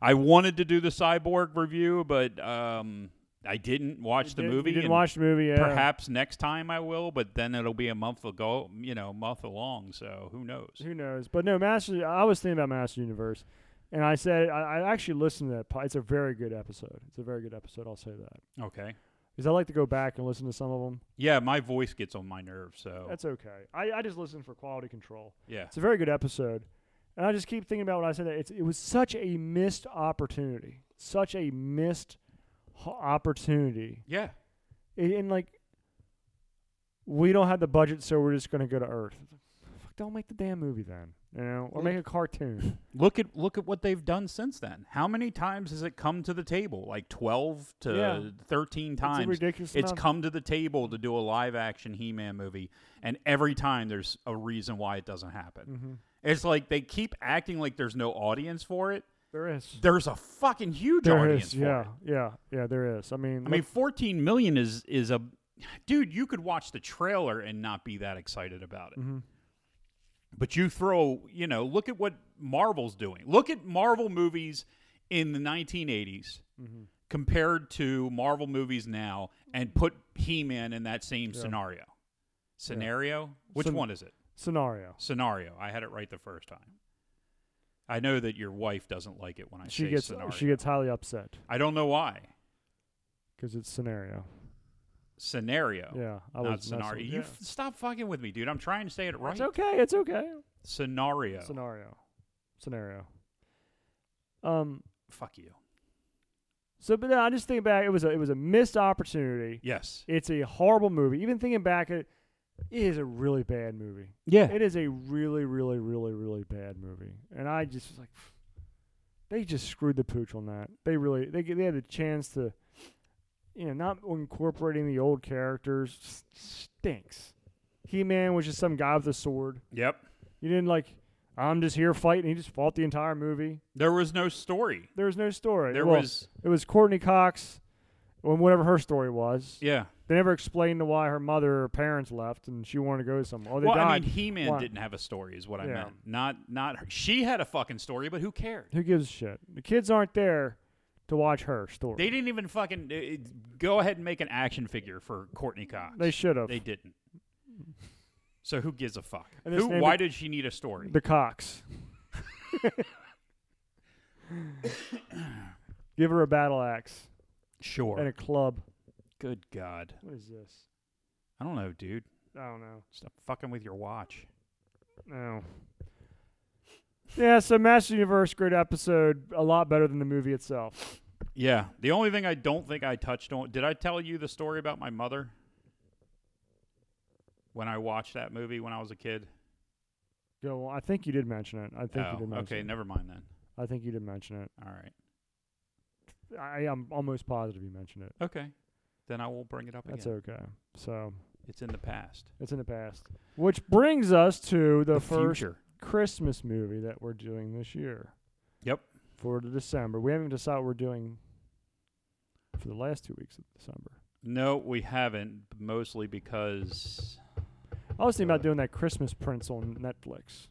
Speaker 3: I wanted to do the cyborg review, but um, I didn't watch the
Speaker 2: Didn't-
Speaker 3: movie.
Speaker 2: You didn't
Speaker 3: and
Speaker 2: watch the movie. Yeah.
Speaker 3: Perhaps next time I will, but then it'll be a month ago. You know, month along. So who knows?
Speaker 2: Who knows? But no, Master. I was thinking about Master Universe, and I said I, I actually listened to that. po- It's a very good episode. It's a very good episode. I'll say that
Speaker 3: Okay.
Speaker 2: because I like to go back and listen to some of them.
Speaker 3: Yeah, my voice gets on my nerves. So
Speaker 2: That's okay. I, I just listen for quality control.
Speaker 3: yeah,
Speaker 2: It's a very good episode, and I just keep thinking about what I said. That it's, it was such a missed opportunity, such a missed ho- opportunity,
Speaker 3: yeah,
Speaker 2: and, and like we don't have the budget, so we're just going to go to Earth. Fuck, don't make the damn movie then, you know, or make a cartoon.
Speaker 3: Look at look at what they've done since then. How many times has it come to the table? Like twelve to
Speaker 2: Yeah.
Speaker 3: thirteen
Speaker 2: It's a
Speaker 3: times.
Speaker 2: ridiculous.
Speaker 3: It's
Speaker 2: amount.
Speaker 3: come to the table to do a live action He Man movie, and every time there's a reason why it doesn't happen.
Speaker 2: Mhm.
Speaker 3: It's like they keep acting like there's no audience for it.
Speaker 2: There is.
Speaker 3: There's a fucking huge
Speaker 2: There
Speaker 3: audience
Speaker 2: is.
Speaker 3: for
Speaker 2: Yeah.
Speaker 3: it.
Speaker 2: Yeah. Yeah. There is. I mean.
Speaker 3: I mean,
Speaker 2: look-
Speaker 3: 14 million is is a dude. You could watch the trailer and not be that excited about it.
Speaker 2: Mhm.
Speaker 3: But you throw, you know, look at what Marvel's doing. Look at Marvel movies in the 1980s
Speaker 2: Mm-hmm.
Speaker 3: compared to Marvel movies now, and put He-Man in that same scenario. Scenario? Which
Speaker 2: Scen-
Speaker 3: one is it?
Speaker 2: scenario.
Speaker 3: Scenario. I had it right the first time. I know that your wife doesn't like it when I
Speaker 2: She
Speaker 3: say
Speaker 2: gets.
Speaker 3: scenario.
Speaker 2: She gets highly upset
Speaker 3: I don't know why.
Speaker 2: because it's scenario.
Speaker 3: Scenario.
Speaker 2: Yeah. I
Speaker 3: Oh, not
Speaker 2: was
Speaker 3: scenario.
Speaker 2: messing-
Speaker 3: You
Speaker 2: yeah.
Speaker 3: f- stop fucking with me, dude. I'm trying to say it right.
Speaker 2: It's okay. It's okay.
Speaker 3: Scenario.
Speaker 2: Scenario. Scenario. Um.
Speaker 3: Fuck you.
Speaker 2: So, but no, I just think back. It was a. It was a missed opportunity.
Speaker 3: Yes.
Speaker 2: It's a horrible movie. Even thinking back, it, it is a really bad movie.
Speaker 3: Yeah.
Speaker 2: It is a really, really, really, really bad movie, and I just was like, they just screwed the pooch on that. They really, they they had a chance to, you know, not incorporating the old characters s- stinks. He Man was just some guy with a sword.
Speaker 3: Yep.
Speaker 2: You didn't like. I'm just here fighting. He just fought the entire movie.
Speaker 3: There was no story.
Speaker 2: There was no story.
Speaker 3: There
Speaker 2: Well,
Speaker 3: was
Speaker 2: it was Courtney Cox, when whatever her story was.
Speaker 3: yeah.
Speaker 2: They never explained why her mother or parents left and she wanted to go somewhere. Oh, they
Speaker 3: Well,
Speaker 2: died.
Speaker 3: I mean, He Man
Speaker 2: Why?
Speaker 3: didn't have a story, is what I
Speaker 2: Yeah.
Speaker 3: meant. Not not her. she had a fucking story, but who cared?
Speaker 2: Who gives a shit? The kids aren't there to watch her story.
Speaker 3: They didn't even fucking uh, it- go ahead and make an action figure for Courtney Cox.
Speaker 2: They should have.
Speaker 3: They didn't. So who gives a fuck?
Speaker 2: And this
Speaker 3: Who?
Speaker 2: name-
Speaker 3: Why did she need a story?
Speaker 2: The Cox. Give her a battle axe
Speaker 3: sure.
Speaker 2: and a club.
Speaker 3: Good God,
Speaker 2: What is this?
Speaker 3: I don't know, dude.
Speaker 2: I don't know.
Speaker 3: Stop fucking with your watch.
Speaker 2: No. Yeah, so Master Universe, great episode. A lot better than the movie itself.
Speaker 3: Yeah. The only thing I don't think I touched on did I tell you the story about my mother when I watched that movie when I was a kid?
Speaker 2: Go on. I think you did mention it. I think you
Speaker 3: oh,
Speaker 2: did mention
Speaker 3: okay,
Speaker 2: it.
Speaker 3: never mind then.
Speaker 2: I think you did mention it.
Speaker 3: All right.
Speaker 2: I am almost positive you mentioned it.
Speaker 3: Okay. Then I will bring it up
Speaker 2: That's
Speaker 3: again.
Speaker 2: okay. So
Speaker 3: It's in the past.
Speaker 2: it's in the past. Which brings us to the, first
Speaker 3: future.
Speaker 2: Christmas movie that we're doing this year.
Speaker 3: Yep.
Speaker 2: For the December. We haven't even decided what we're doing for the last two weeks of December.
Speaker 3: No, we haven't, mostly because
Speaker 2: I was thinking about
Speaker 3: Uh,
Speaker 2: doing that Christmas Prince on Netflix.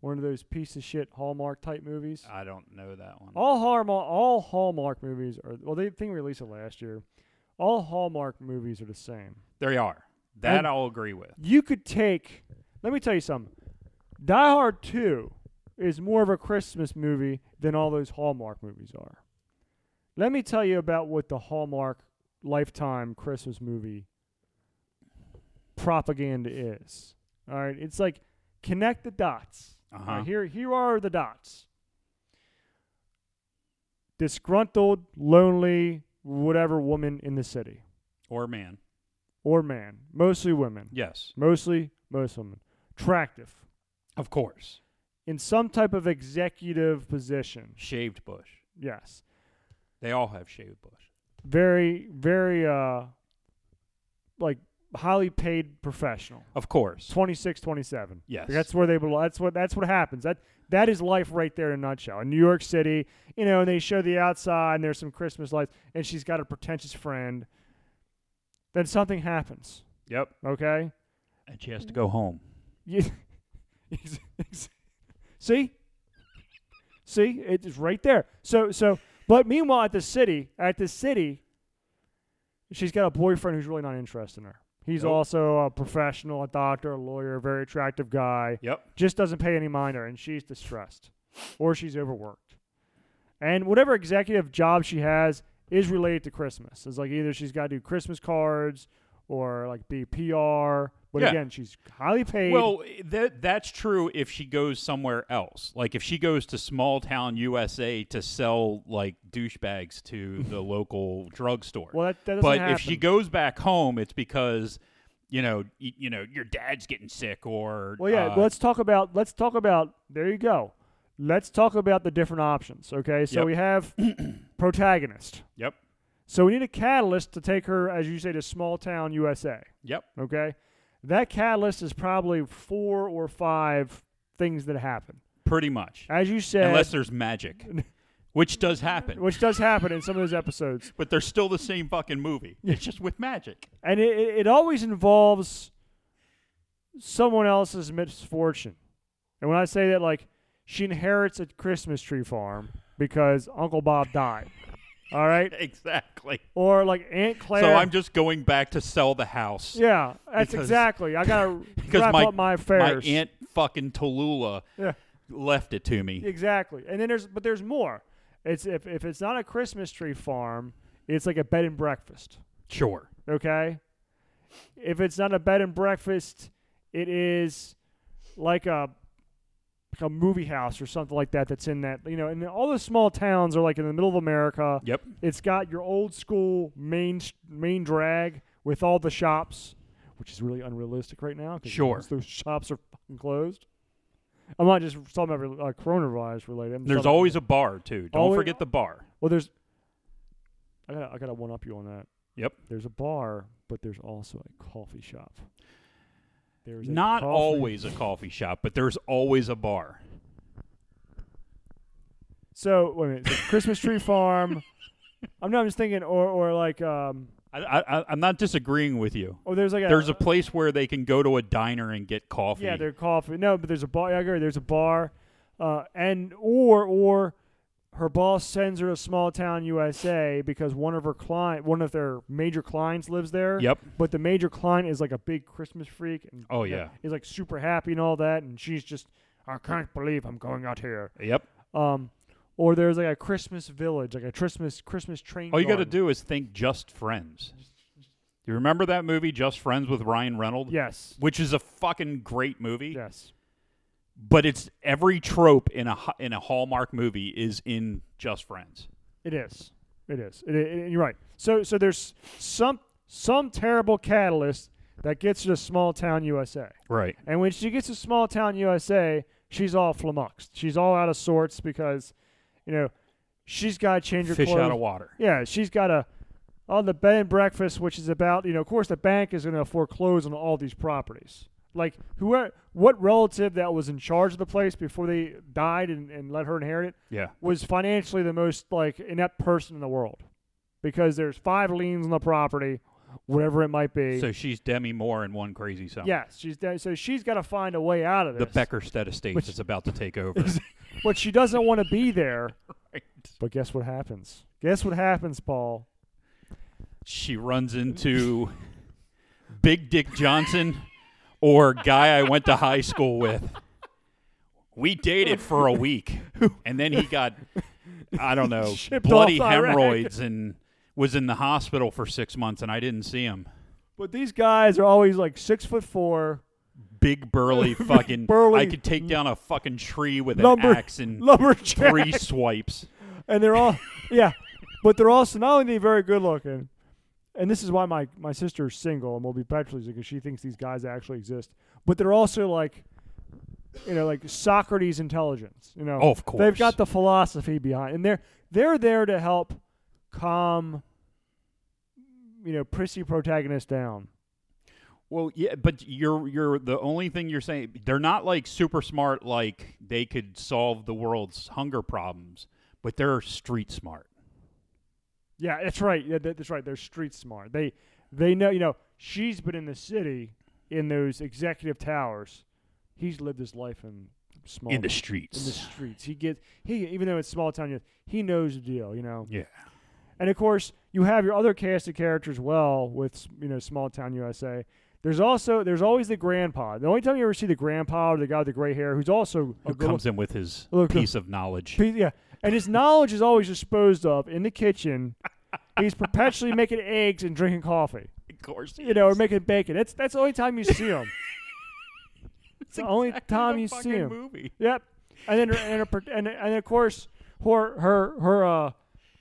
Speaker 2: One of those piece of shit Hallmark type movies.
Speaker 3: I don't know that one.
Speaker 2: All Hallmark, all Hallmark movies are well. They think released it last year. All Hallmark movies are the same.
Speaker 3: There you are. That
Speaker 2: And-
Speaker 3: I'll agree with.
Speaker 2: You could take. Let me tell you something. Die Hard Two is more of a Christmas movie than all those Hallmark movies are. Let me tell you about what the Hallmark Lifetime Christmas movie propaganda is. All right, it's like connect the dots.
Speaker 3: Uh-huh.
Speaker 2: All right, here, here are the dots. Disgruntled, lonely, whatever woman in the city
Speaker 3: Or man.
Speaker 2: or man, mostly women,
Speaker 3: Yes.
Speaker 2: mostly most women, attractive
Speaker 3: Of course.
Speaker 2: in some type of executive position.
Speaker 3: Shaved bush.
Speaker 2: Yes,
Speaker 3: They all have shaved bush.
Speaker 2: very, very, uh, like highly paid professional.
Speaker 3: Of course.
Speaker 2: 26, 27.
Speaker 3: Yes.
Speaker 2: That's where they belong. That's what that's what happens. That that is life right there in a nutshell. In New York City, you know, and they show the outside and there's some Christmas lights and she's got a pretentious friend. Then something happens.
Speaker 3: Yep.
Speaker 2: Okay?
Speaker 3: And she
Speaker 2: Mm.
Speaker 3: has to go home.
Speaker 2: You, see, see, it is right there. So, so, but meanwhile, at the city, at the city, she's got a boyfriend who's really not interested in her. He's
Speaker 3: Nope.
Speaker 2: also a professional, a doctor, a lawyer, a very attractive guy.
Speaker 3: Yep.
Speaker 2: Just doesn't pay any mind to her, and she's distressed, or she's overworked, and whatever executive job she has is related to Christmas. It's like either she's got to do Christmas cards or like be PR. But
Speaker 3: Yeah.
Speaker 2: again, she's highly paid.
Speaker 3: Well, eh, that that's true if she goes somewhere else. Like if she goes to small town USA to sell like douchebags to the local drugstore.
Speaker 2: Well, that, that doesn't
Speaker 3: but
Speaker 2: happen.
Speaker 3: if she goes back home, it's because you know y- you know your dad's getting sick or
Speaker 2: well, yeah.
Speaker 3: uh,
Speaker 2: let's talk about. Let's talk about. There you go. Let's talk about the different options. Okay, so
Speaker 3: Yep.
Speaker 2: we have protagonist.
Speaker 3: yep
Speaker 2: So we need a catalyst to take her, as you say, to small town USA.
Speaker 3: yep
Speaker 2: Okay, that catalyst is probably four or five things that happen.
Speaker 3: pretty much
Speaker 2: As you said,
Speaker 3: unless there's magic, which does happen.
Speaker 2: which does happen in some of those episodes.
Speaker 3: But they're still the same fucking movie. It's just with magic.
Speaker 2: and it, it, it always involves someone else's misfortune. And when I say that, like she inherits a Christmas tree farm because Uncle Bob died, all right,
Speaker 3: Exactly.
Speaker 2: or like Aunt Claire.
Speaker 3: So I'm just going back to sell the house.
Speaker 2: yeah, that's
Speaker 3: because-
Speaker 2: exactly. I gotta
Speaker 3: Because
Speaker 2: wrap
Speaker 3: my
Speaker 2: up my affairs.
Speaker 3: My aunt fucking Tallulah
Speaker 2: Yeah.
Speaker 3: left it to me.
Speaker 2: exactly. And then there's but there's more. It's if if it's not a Christmas tree farm, it's like a bed and breakfast.
Speaker 3: Sure.
Speaker 2: okay? If it's not a bed and breakfast, it is like a like a movie house or something like that that's in that you know, and all the small towns are like in the middle of America.
Speaker 3: Yep.
Speaker 2: It's got your old school main s- main drag with all the shops, which is really unrealistic right now. 'cause
Speaker 3: Sure.
Speaker 2: most of those shops are fucking closed. I'm not just talking about uh, coronavirus related. I'm
Speaker 3: There's
Speaker 2: talking-
Speaker 3: always a bar too. Don't
Speaker 2: Always-
Speaker 3: forget the bar.
Speaker 2: well, there's. I got I got to one up you on that.
Speaker 3: Yep.
Speaker 2: There's a bar, but there's also a coffee shop. There's a
Speaker 3: Not
Speaker 2: coffee-
Speaker 3: always a coffee shop, but there's always a bar.
Speaker 2: So wait a minute. So Christmas tree farm. I'm not. I'm just thinking, or or like, um,
Speaker 3: I, I, I- I'm not disagreeing with you.
Speaker 2: oh, there's like a
Speaker 3: There's a place where they can go to a diner and get coffee.
Speaker 2: yeah, their coffee. No, but there's a bar. I agree. There's a bar, uh, and or or her boss sends her to small town USA because one of her client, one of their major clients lives there.
Speaker 3: Yep.
Speaker 2: But the major client is like a big Christmas freak. And,
Speaker 3: Oh,
Speaker 2: you know,
Speaker 3: yeah.
Speaker 2: Is like super happy and all that, and she's just I can't believe I'm going out here.
Speaker 3: Yep.
Speaker 2: Um, or there's like a Christmas village, like a Christmas Christmas train.
Speaker 3: All you got to
Speaker 2: garden.
Speaker 3: do is think Just Friends. You remember that movie, Just Friends, with Ryan Reynolds?
Speaker 2: Yes.
Speaker 3: Which is a fucking great movie.
Speaker 2: Yes.
Speaker 3: But it's every trope in a ha- in a Hallmark movie is in Just Friends.
Speaker 2: It is. It is. It, it- you're right. So so there's some some terrible catalyst that gets her to small town USA,
Speaker 3: Right.
Speaker 2: and when she gets to small town USA, she's all flummoxed. She's all out of sorts because, you know, she's got to change her
Speaker 3: Fish
Speaker 2: clothes.
Speaker 3: out of water.
Speaker 2: Yeah, she's got a on the bed and breakfast, which is about you know. Of course, the bank is going to foreclose on all these properties. Like who? What relative that was in charge of the place before they died and, and let her inherit it
Speaker 3: Yeah.
Speaker 2: was financially the most like inept person in the world because there's five liens on the property, whatever it might be.
Speaker 3: So she's Demi Moore in One Crazy Summer.
Speaker 2: yes, she's de- so she's got to find a way out of
Speaker 3: The
Speaker 2: this.
Speaker 3: Beckerstead Estates
Speaker 2: Which-
Speaker 3: is about to take over.
Speaker 2: but she doesn't want to be there.
Speaker 3: Right.
Speaker 2: But guess what happens? Guess what happens, Paul?
Speaker 3: She runs into Big Dick Johnson or guy I went to high school with. We dated for a week, and then he got I don't know
Speaker 2: Shipped
Speaker 3: bloody
Speaker 2: off Iraq.
Speaker 3: hemorrhoids and was in the hospital for six months, and I didn't see him.
Speaker 2: But these guys are always like six foot four,
Speaker 3: Big burly fucking.
Speaker 2: burly.
Speaker 3: I could take down a fucking tree with
Speaker 2: lumber
Speaker 3: an axe in
Speaker 2: lumberjack,
Speaker 3: three swipes.
Speaker 2: and they're all yeah, but they're also not only very good looking, and this is why my my sister's single and will be bachelor's because she thinks these guys actually exist, but they're also like, you know, like Socrates intelligence. You know,
Speaker 3: Oh, of
Speaker 2: they've
Speaker 3: course.
Speaker 2: got the philosophy behind, and they're they're there to help calm, you know, prissy protagonist down.
Speaker 3: Well, yeah, but you're you're the only thing you're saying. They're not like super smart, like they could solve the world's hunger problems, but they're street smart.
Speaker 2: Yeah, that's right. Yeah, that, that's right. They're street smart. They they know. You know, she's been in the city in those executive towers. He's lived his life in small
Speaker 3: in the
Speaker 2: in the
Speaker 3: streets.
Speaker 2: streets. He gets he even though it's small town, he knows the deal. You know,
Speaker 3: yeah,
Speaker 2: and of course you have your other cast of characters. Well, with you know small town USA. There's also there's always the grandpa. The only time you ever see the grandpa or the guy with the gray hair, who's also a
Speaker 3: who
Speaker 2: good
Speaker 3: comes in with his
Speaker 2: Look, uh,
Speaker 3: piece of knowledge?
Speaker 2: Pe- yeah, and his knowledge is always disposed of in the kitchen. He's perpetually making eggs and drinking coffee,
Speaker 3: Of course,
Speaker 2: you know, or making bacon. That's that's the only time you see him. it's the only time you see him.
Speaker 3: Movie.
Speaker 2: Yep. And then her, and, her, per- and and of course her her her uh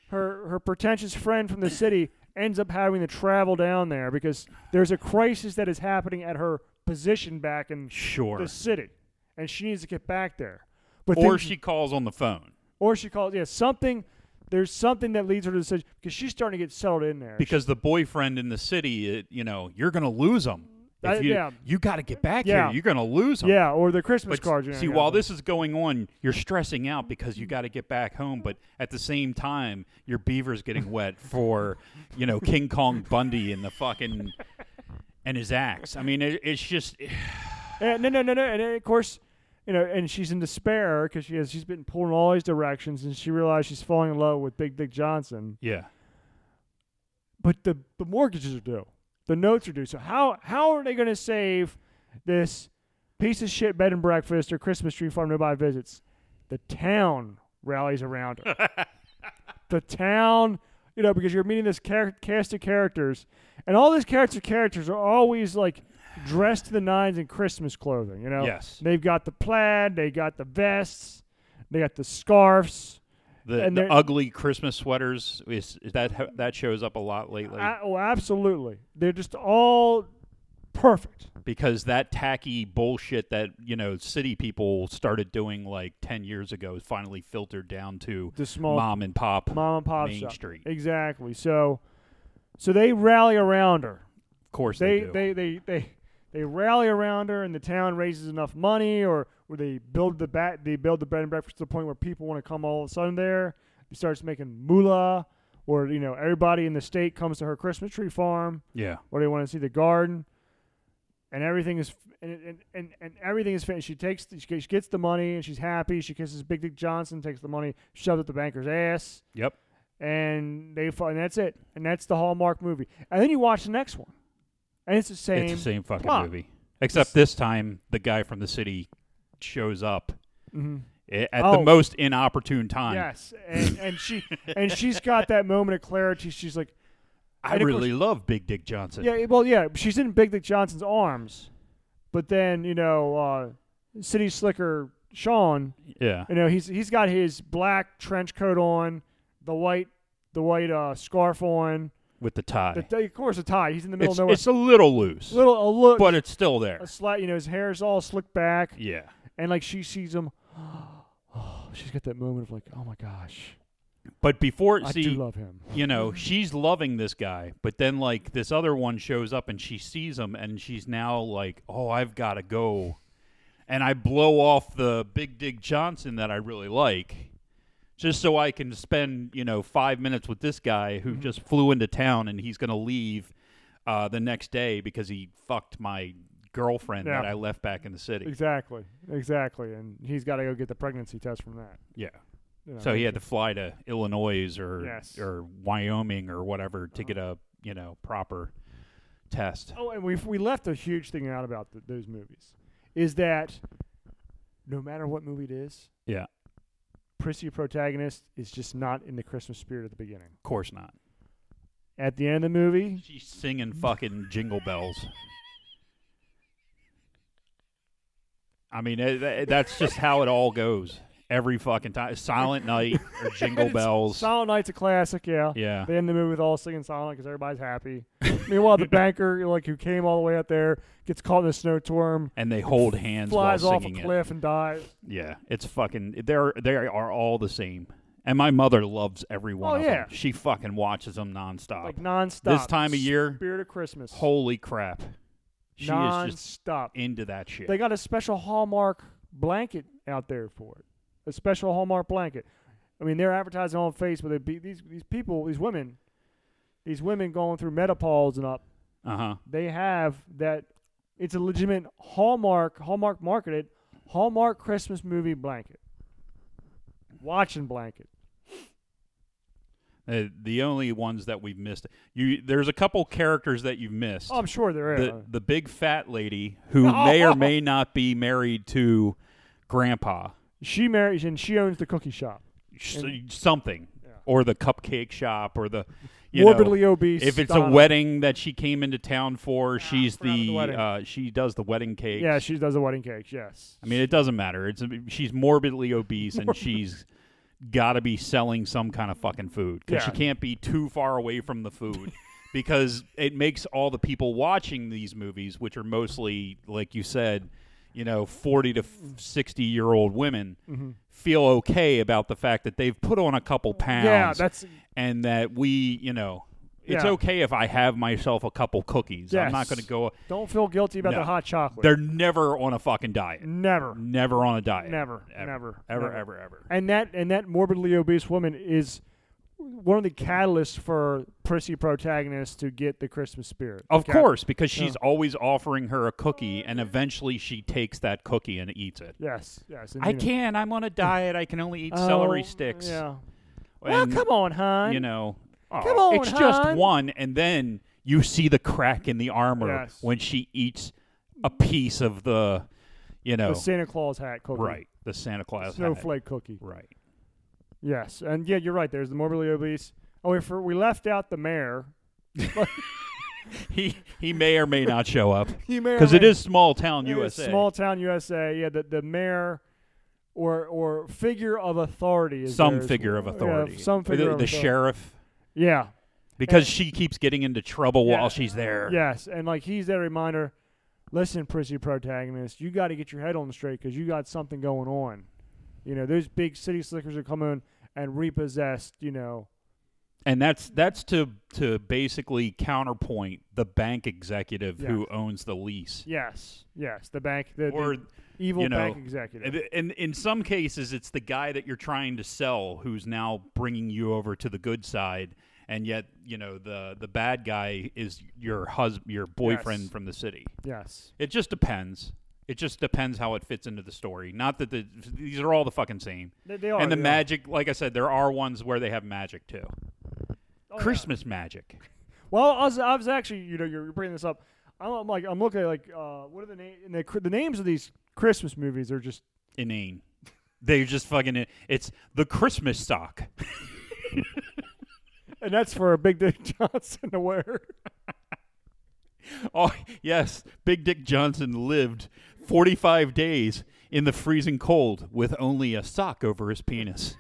Speaker 2: her her pretentious friend from the city ends up having to travel down there because there's a crisis that is happening at her position back in
Speaker 3: Sure.
Speaker 2: the city, and she needs to get back there. But
Speaker 3: Or
Speaker 2: then-
Speaker 3: she calls on the phone
Speaker 2: or she calls yeah something there's something that leads her to the decision because she's starting to get settled in there
Speaker 3: because the boyfriend in the city, it, you know, you're gonna lose him.
Speaker 2: I-
Speaker 3: you
Speaker 2: yeah.
Speaker 3: you got to get back
Speaker 2: Yeah.
Speaker 3: here. You're gonna lose him.
Speaker 2: yeah or the christmas
Speaker 3: But
Speaker 2: cards you know,
Speaker 3: see,
Speaker 2: yeah.
Speaker 3: while this is going on, you're stressing out because you got to get back home. But at the same time, your beaver's getting wet for, you know, King Kong Bundy and the fucking and his axe. I mean, it, it's just
Speaker 2: Yeah, no no no no and uh, of course you know and she's in despair because she has she's been pulled in all these directions and she realized she's falling in love with big dick johnson
Speaker 3: yeah.
Speaker 2: but the the mortgages are due the notes are due so how how are they going to save this piece of shit bed and breakfast or christmas tree farm nobody visits the town rallies around her the town, you know, because you're meeting this char- cast of characters, and all these character characters are always like dressed to the nines in Christmas clothing. You know,
Speaker 3: Yes.
Speaker 2: they've got the plaid, they got the vests, they got the scarves.
Speaker 3: The,
Speaker 2: And
Speaker 3: the
Speaker 2: they're-
Speaker 3: ugly Christmas sweaters is, is that ho- that shows up a lot lately
Speaker 2: A- oh, absolutely, they're just all perfect.
Speaker 3: because that tacky bullshit that you know city people started doing like ten years ago is finally filtered down to
Speaker 2: The small
Speaker 3: mom and pop.
Speaker 2: mom and pop
Speaker 3: Main
Speaker 2: shop.
Speaker 3: Street.
Speaker 2: exactly. So, so they rally around her.
Speaker 3: of course,
Speaker 2: They
Speaker 3: do.
Speaker 2: they they they. they rally around her, and the town raises enough money, or, or they build the bat, they build the bread and breakfast to the point where people want to come all of a sudden there. She starts making moolah, or you know everybody in the state comes to her Christmas tree farm,
Speaker 3: Yeah.
Speaker 2: or they want to see the garden, and everything is and and and, and everything is finished. She takes the, she gets- she gets the money and she's happy. She kisses Big Dick Johnson, takes the money, shoves it up the banker's ass,
Speaker 3: Yep.
Speaker 2: and they fi- and that's it, and that's the Hallmark movie. And then you watch the next one, and it's the same.
Speaker 3: It's the same fucking
Speaker 2: plot.
Speaker 3: movie. Except this time, the guy from the city shows up
Speaker 2: Mhm.
Speaker 3: i- at
Speaker 2: Oh.
Speaker 3: the most inopportune time.
Speaker 2: Yes, and, and she and she's got that moment of clarity. She's like,
Speaker 3: I
Speaker 2: And of
Speaker 3: really love Big Dick Johnson.
Speaker 2: yeah, well, yeah, she's in Big Dick Johnson's arms, but then you know, uh, City Slicker Sean,
Speaker 3: Yeah.
Speaker 2: you know, he's he's got his black trench coat on, the white the white uh, scarf on,
Speaker 3: With the tie.
Speaker 2: the, of course a tie. He's in the middle
Speaker 3: it's,
Speaker 2: of nowhere,
Speaker 3: it's a little loose,
Speaker 2: little a look,
Speaker 3: but it's still there.
Speaker 2: a slight, you know, his hair's all slicked back,
Speaker 3: Yeah.
Speaker 2: and like she sees him. Oh, she's got that moment of like, oh my gosh,
Speaker 3: But before,
Speaker 2: I
Speaker 3: see,
Speaker 2: do love him.
Speaker 3: you know, she's loving this guy, but then like this other one shows up and she sees him and she's now like, "Oh, I've got to go." And I blow off the Big Dig Johnson that I really like just so I can spend, you know, 5 minutes with this guy who just flew into town and he's going to leave uh, the next day because he fucked my girlfriend that
Speaker 2: Yeah.
Speaker 3: I left back in the city.
Speaker 2: Exactly, exactly, and he's got to go get the pregnancy test from that.
Speaker 3: Yeah.
Speaker 2: you know.
Speaker 3: So he had to fly to Illinois or
Speaker 2: Yes. Uh-huh.
Speaker 3: or Wyoming or whatever to get a, you know, proper test.
Speaker 2: Oh, and we we left a huge thing out about th those movies is that no matter what movie it is,
Speaker 3: Yeah.
Speaker 2: prissy protagonist is just not in the Christmas spirit at the beginning.
Speaker 3: Of course not.
Speaker 2: At the end of the movie,
Speaker 3: She's singing fucking jingle bells. I mean, eh, tha- that's just how it all goes every fucking time. Silent Night or Jingle
Speaker 2: It's-
Speaker 3: Bells.
Speaker 2: Silent Night's a classic, yeah.
Speaker 3: Yeah.
Speaker 2: They end the movie with all singing Silent Night because everybody's happy. Meanwhile, the banker, like who came all the way out there, gets caught in a snow storm,
Speaker 3: And they hold hands while
Speaker 2: flies off a
Speaker 3: singing it.
Speaker 2: cliff and dies.
Speaker 3: Yeah, it's fucking. They're they are all the same. And my mother loves every one
Speaker 2: Oh,
Speaker 3: of
Speaker 2: yeah.
Speaker 3: them. She fucking watches them nonstop.
Speaker 2: Like nonstop.
Speaker 3: Oh. this time of year,
Speaker 2: Spirit of Christmas.
Speaker 3: holy crap, she
Speaker 2: nonstop.
Speaker 3: is just into that shit.
Speaker 2: They got a special Hallmark blanket out there for it. A special Hallmark blanket. I mean, they're advertising on Facebook. They be, these these people, these women, these women going through menopause and up.
Speaker 3: uh huh.
Speaker 2: They have that. It's a legitimate Hallmark Hallmark marketed Hallmark Christmas movie blanket. Watching blanket.
Speaker 3: Uh, the only ones that we've missed. You there's a couple characters that you've missed.
Speaker 2: Oh, I'm sure there is.
Speaker 3: the the big fat lady who may or may not be married to grandpa.
Speaker 2: she marries and she owns the cookie shop.
Speaker 3: S-
Speaker 2: And-
Speaker 3: something
Speaker 2: Yeah.
Speaker 3: or the cupcake shop or the you
Speaker 2: Morbidly
Speaker 3: know,
Speaker 2: obese.
Speaker 3: if it's a
Speaker 2: Donna.
Speaker 3: wedding that she came into town for, she's
Speaker 2: forgot about
Speaker 3: the,
Speaker 2: the wedding.
Speaker 3: uh, she does the wedding cake.
Speaker 2: Yeah, she does the wedding cakes. Yes.
Speaker 3: I mean, it doesn't matter. It's she's morbidly obese and she's got to be selling some kind of fucking food because
Speaker 2: Yeah.
Speaker 3: she can't be too far away from the food because it makes all the people watching these movies, which are mostly, like you said, you know, forty to sixty year old women, feel okay about the fact that they've put on a couple pounds.
Speaker 2: Mm-hmm. yeah, that's
Speaker 3: and that we, you know. It's
Speaker 2: Yeah.
Speaker 3: okay if I have myself a couple cookies. I'm not
Speaker 2: Yes.
Speaker 3: going to go.
Speaker 2: Don't feel guilty about
Speaker 3: No.
Speaker 2: the hot chocolate.
Speaker 3: They're never on a fucking diet.
Speaker 2: never,
Speaker 3: Never on a diet.
Speaker 2: never,
Speaker 3: Ever.
Speaker 2: never,
Speaker 3: Ever,
Speaker 2: never.
Speaker 3: ever, ever.
Speaker 2: And that and that morbidly obese woman is one of the catalysts for prissy protagonists to get the Christmas spirit.
Speaker 3: Of
Speaker 2: Okay?
Speaker 3: course, because she's always offering her a cookie, and eventually she takes that cookie and eats it.
Speaker 2: Yes. Yes. and
Speaker 3: I
Speaker 2: you know-
Speaker 3: can. I'm on a diet. I can only eat
Speaker 2: Oh,
Speaker 3: celery sticks.
Speaker 2: Yeah. Well,
Speaker 3: And,
Speaker 2: come on, hon.
Speaker 3: You know,
Speaker 2: Come
Speaker 3: oh,
Speaker 2: on,
Speaker 3: it's just
Speaker 2: hon.
Speaker 3: one, and then you see the crack in the armor
Speaker 2: Yes.
Speaker 3: when she eats a piece of the, you know,
Speaker 2: the Santa Claus hat cookie.
Speaker 3: right, the Santa Claus hat.
Speaker 2: Snowflake cookie.
Speaker 3: Right.
Speaker 2: Yes. And yeah, you're right. There's the morbidly obese. Oh, we for, we left out the mayor.
Speaker 3: He he may or may not show up
Speaker 2: Because
Speaker 3: because it is small town
Speaker 2: Yeah,
Speaker 3: USA.
Speaker 2: Small town USA. Yeah, the, the mayor or or figure of authority is there
Speaker 3: some
Speaker 2: as
Speaker 3: figure of
Speaker 2: well. Yeah,
Speaker 3: authority.
Speaker 2: some figure
Speaker 3: the,
Speaker 2: of
Speaker 3: the
Speaker 2: authority.
Speaker 3: sheriff.
Speaker 2: Yeah.
Speaker 3: because she keeps getting into trouble
Speaker 2: Yeah.
Speaker 3: while she's there.
Speaker 2: Yes, and like he's that reminder. Listen, prissy protagonist, you got to get your head on straight because you got something going on. You know, those big city slickers are coming and repossessed. You know,
Speaker 3: and that's that's to to basically counterpoint the bank executive who owns the lease
Speaker 2: Yes, yes, the bank, the, the
Speaker 3: or
Speaker 2: evil
Speaker 3: you know,
Speaker 2: bank executive.
Speaker 3: and- and in some cases it's the guy that you're trying to sell who's now bringing you over to the good side and yet you know the the bad guy is your husband your boyfriend
Speaker 2: Yes.
Speaker 3: from the city
Speaker 2: yes,
Speaker 3: it just depends it just depends how it fits into the story not that the these are all the fucking same
Speaker 2: they, they are.
Speaker 3: and the
Speaker 2: they are.
Speaker 3: magic like i said there are ones where they have magic too
Speaker 2: Oh, yeah.
Speaker 3: christmas magic
Speaker 2: Well, I was, I was actually, you know, you're bringing this up. I'm, I'm like, I'm looking at like, uh, what are the name? The, cr- the names of these Christmas movies are just
Speaker 3: inane they just fucking it's the christmas sock
Speaker 2: And that's for a Big Dick Johnson to wear.
Speaker 3: Oh, yes. Big Dick Johnson lived 45 days in the freezing cold with only a sock over his penis.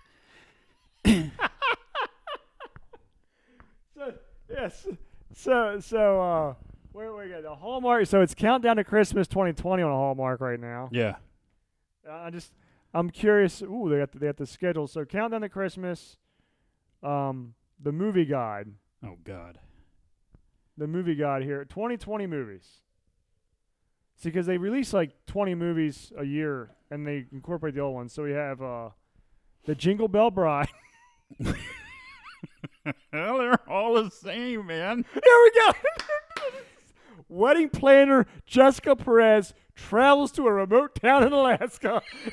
Speaker 2: So, yes. So, so, uh, where we go? The Hallmark. So it's Countdown to Christmas 2020 on Hallmark right now.
Speaker 3: Yeah.
Speaker 2: Uh, I just, I'm curious. Ooh, they got the, they got the schedule. So Countdown to Christmas, um, the movie guide,
Speaker 3: Oh, God.
Speaker 2: the movie guide here, 2020 movies. See, because they release like 20 movies a year, and they incorporate the old ones. So we have uh, the Jingle Bell Bride.
Speaker 3: Well, they're all the same, man.
Speaker 2: Here we go. Wedding planner Jessica Perez travels to a remote town in Alaska.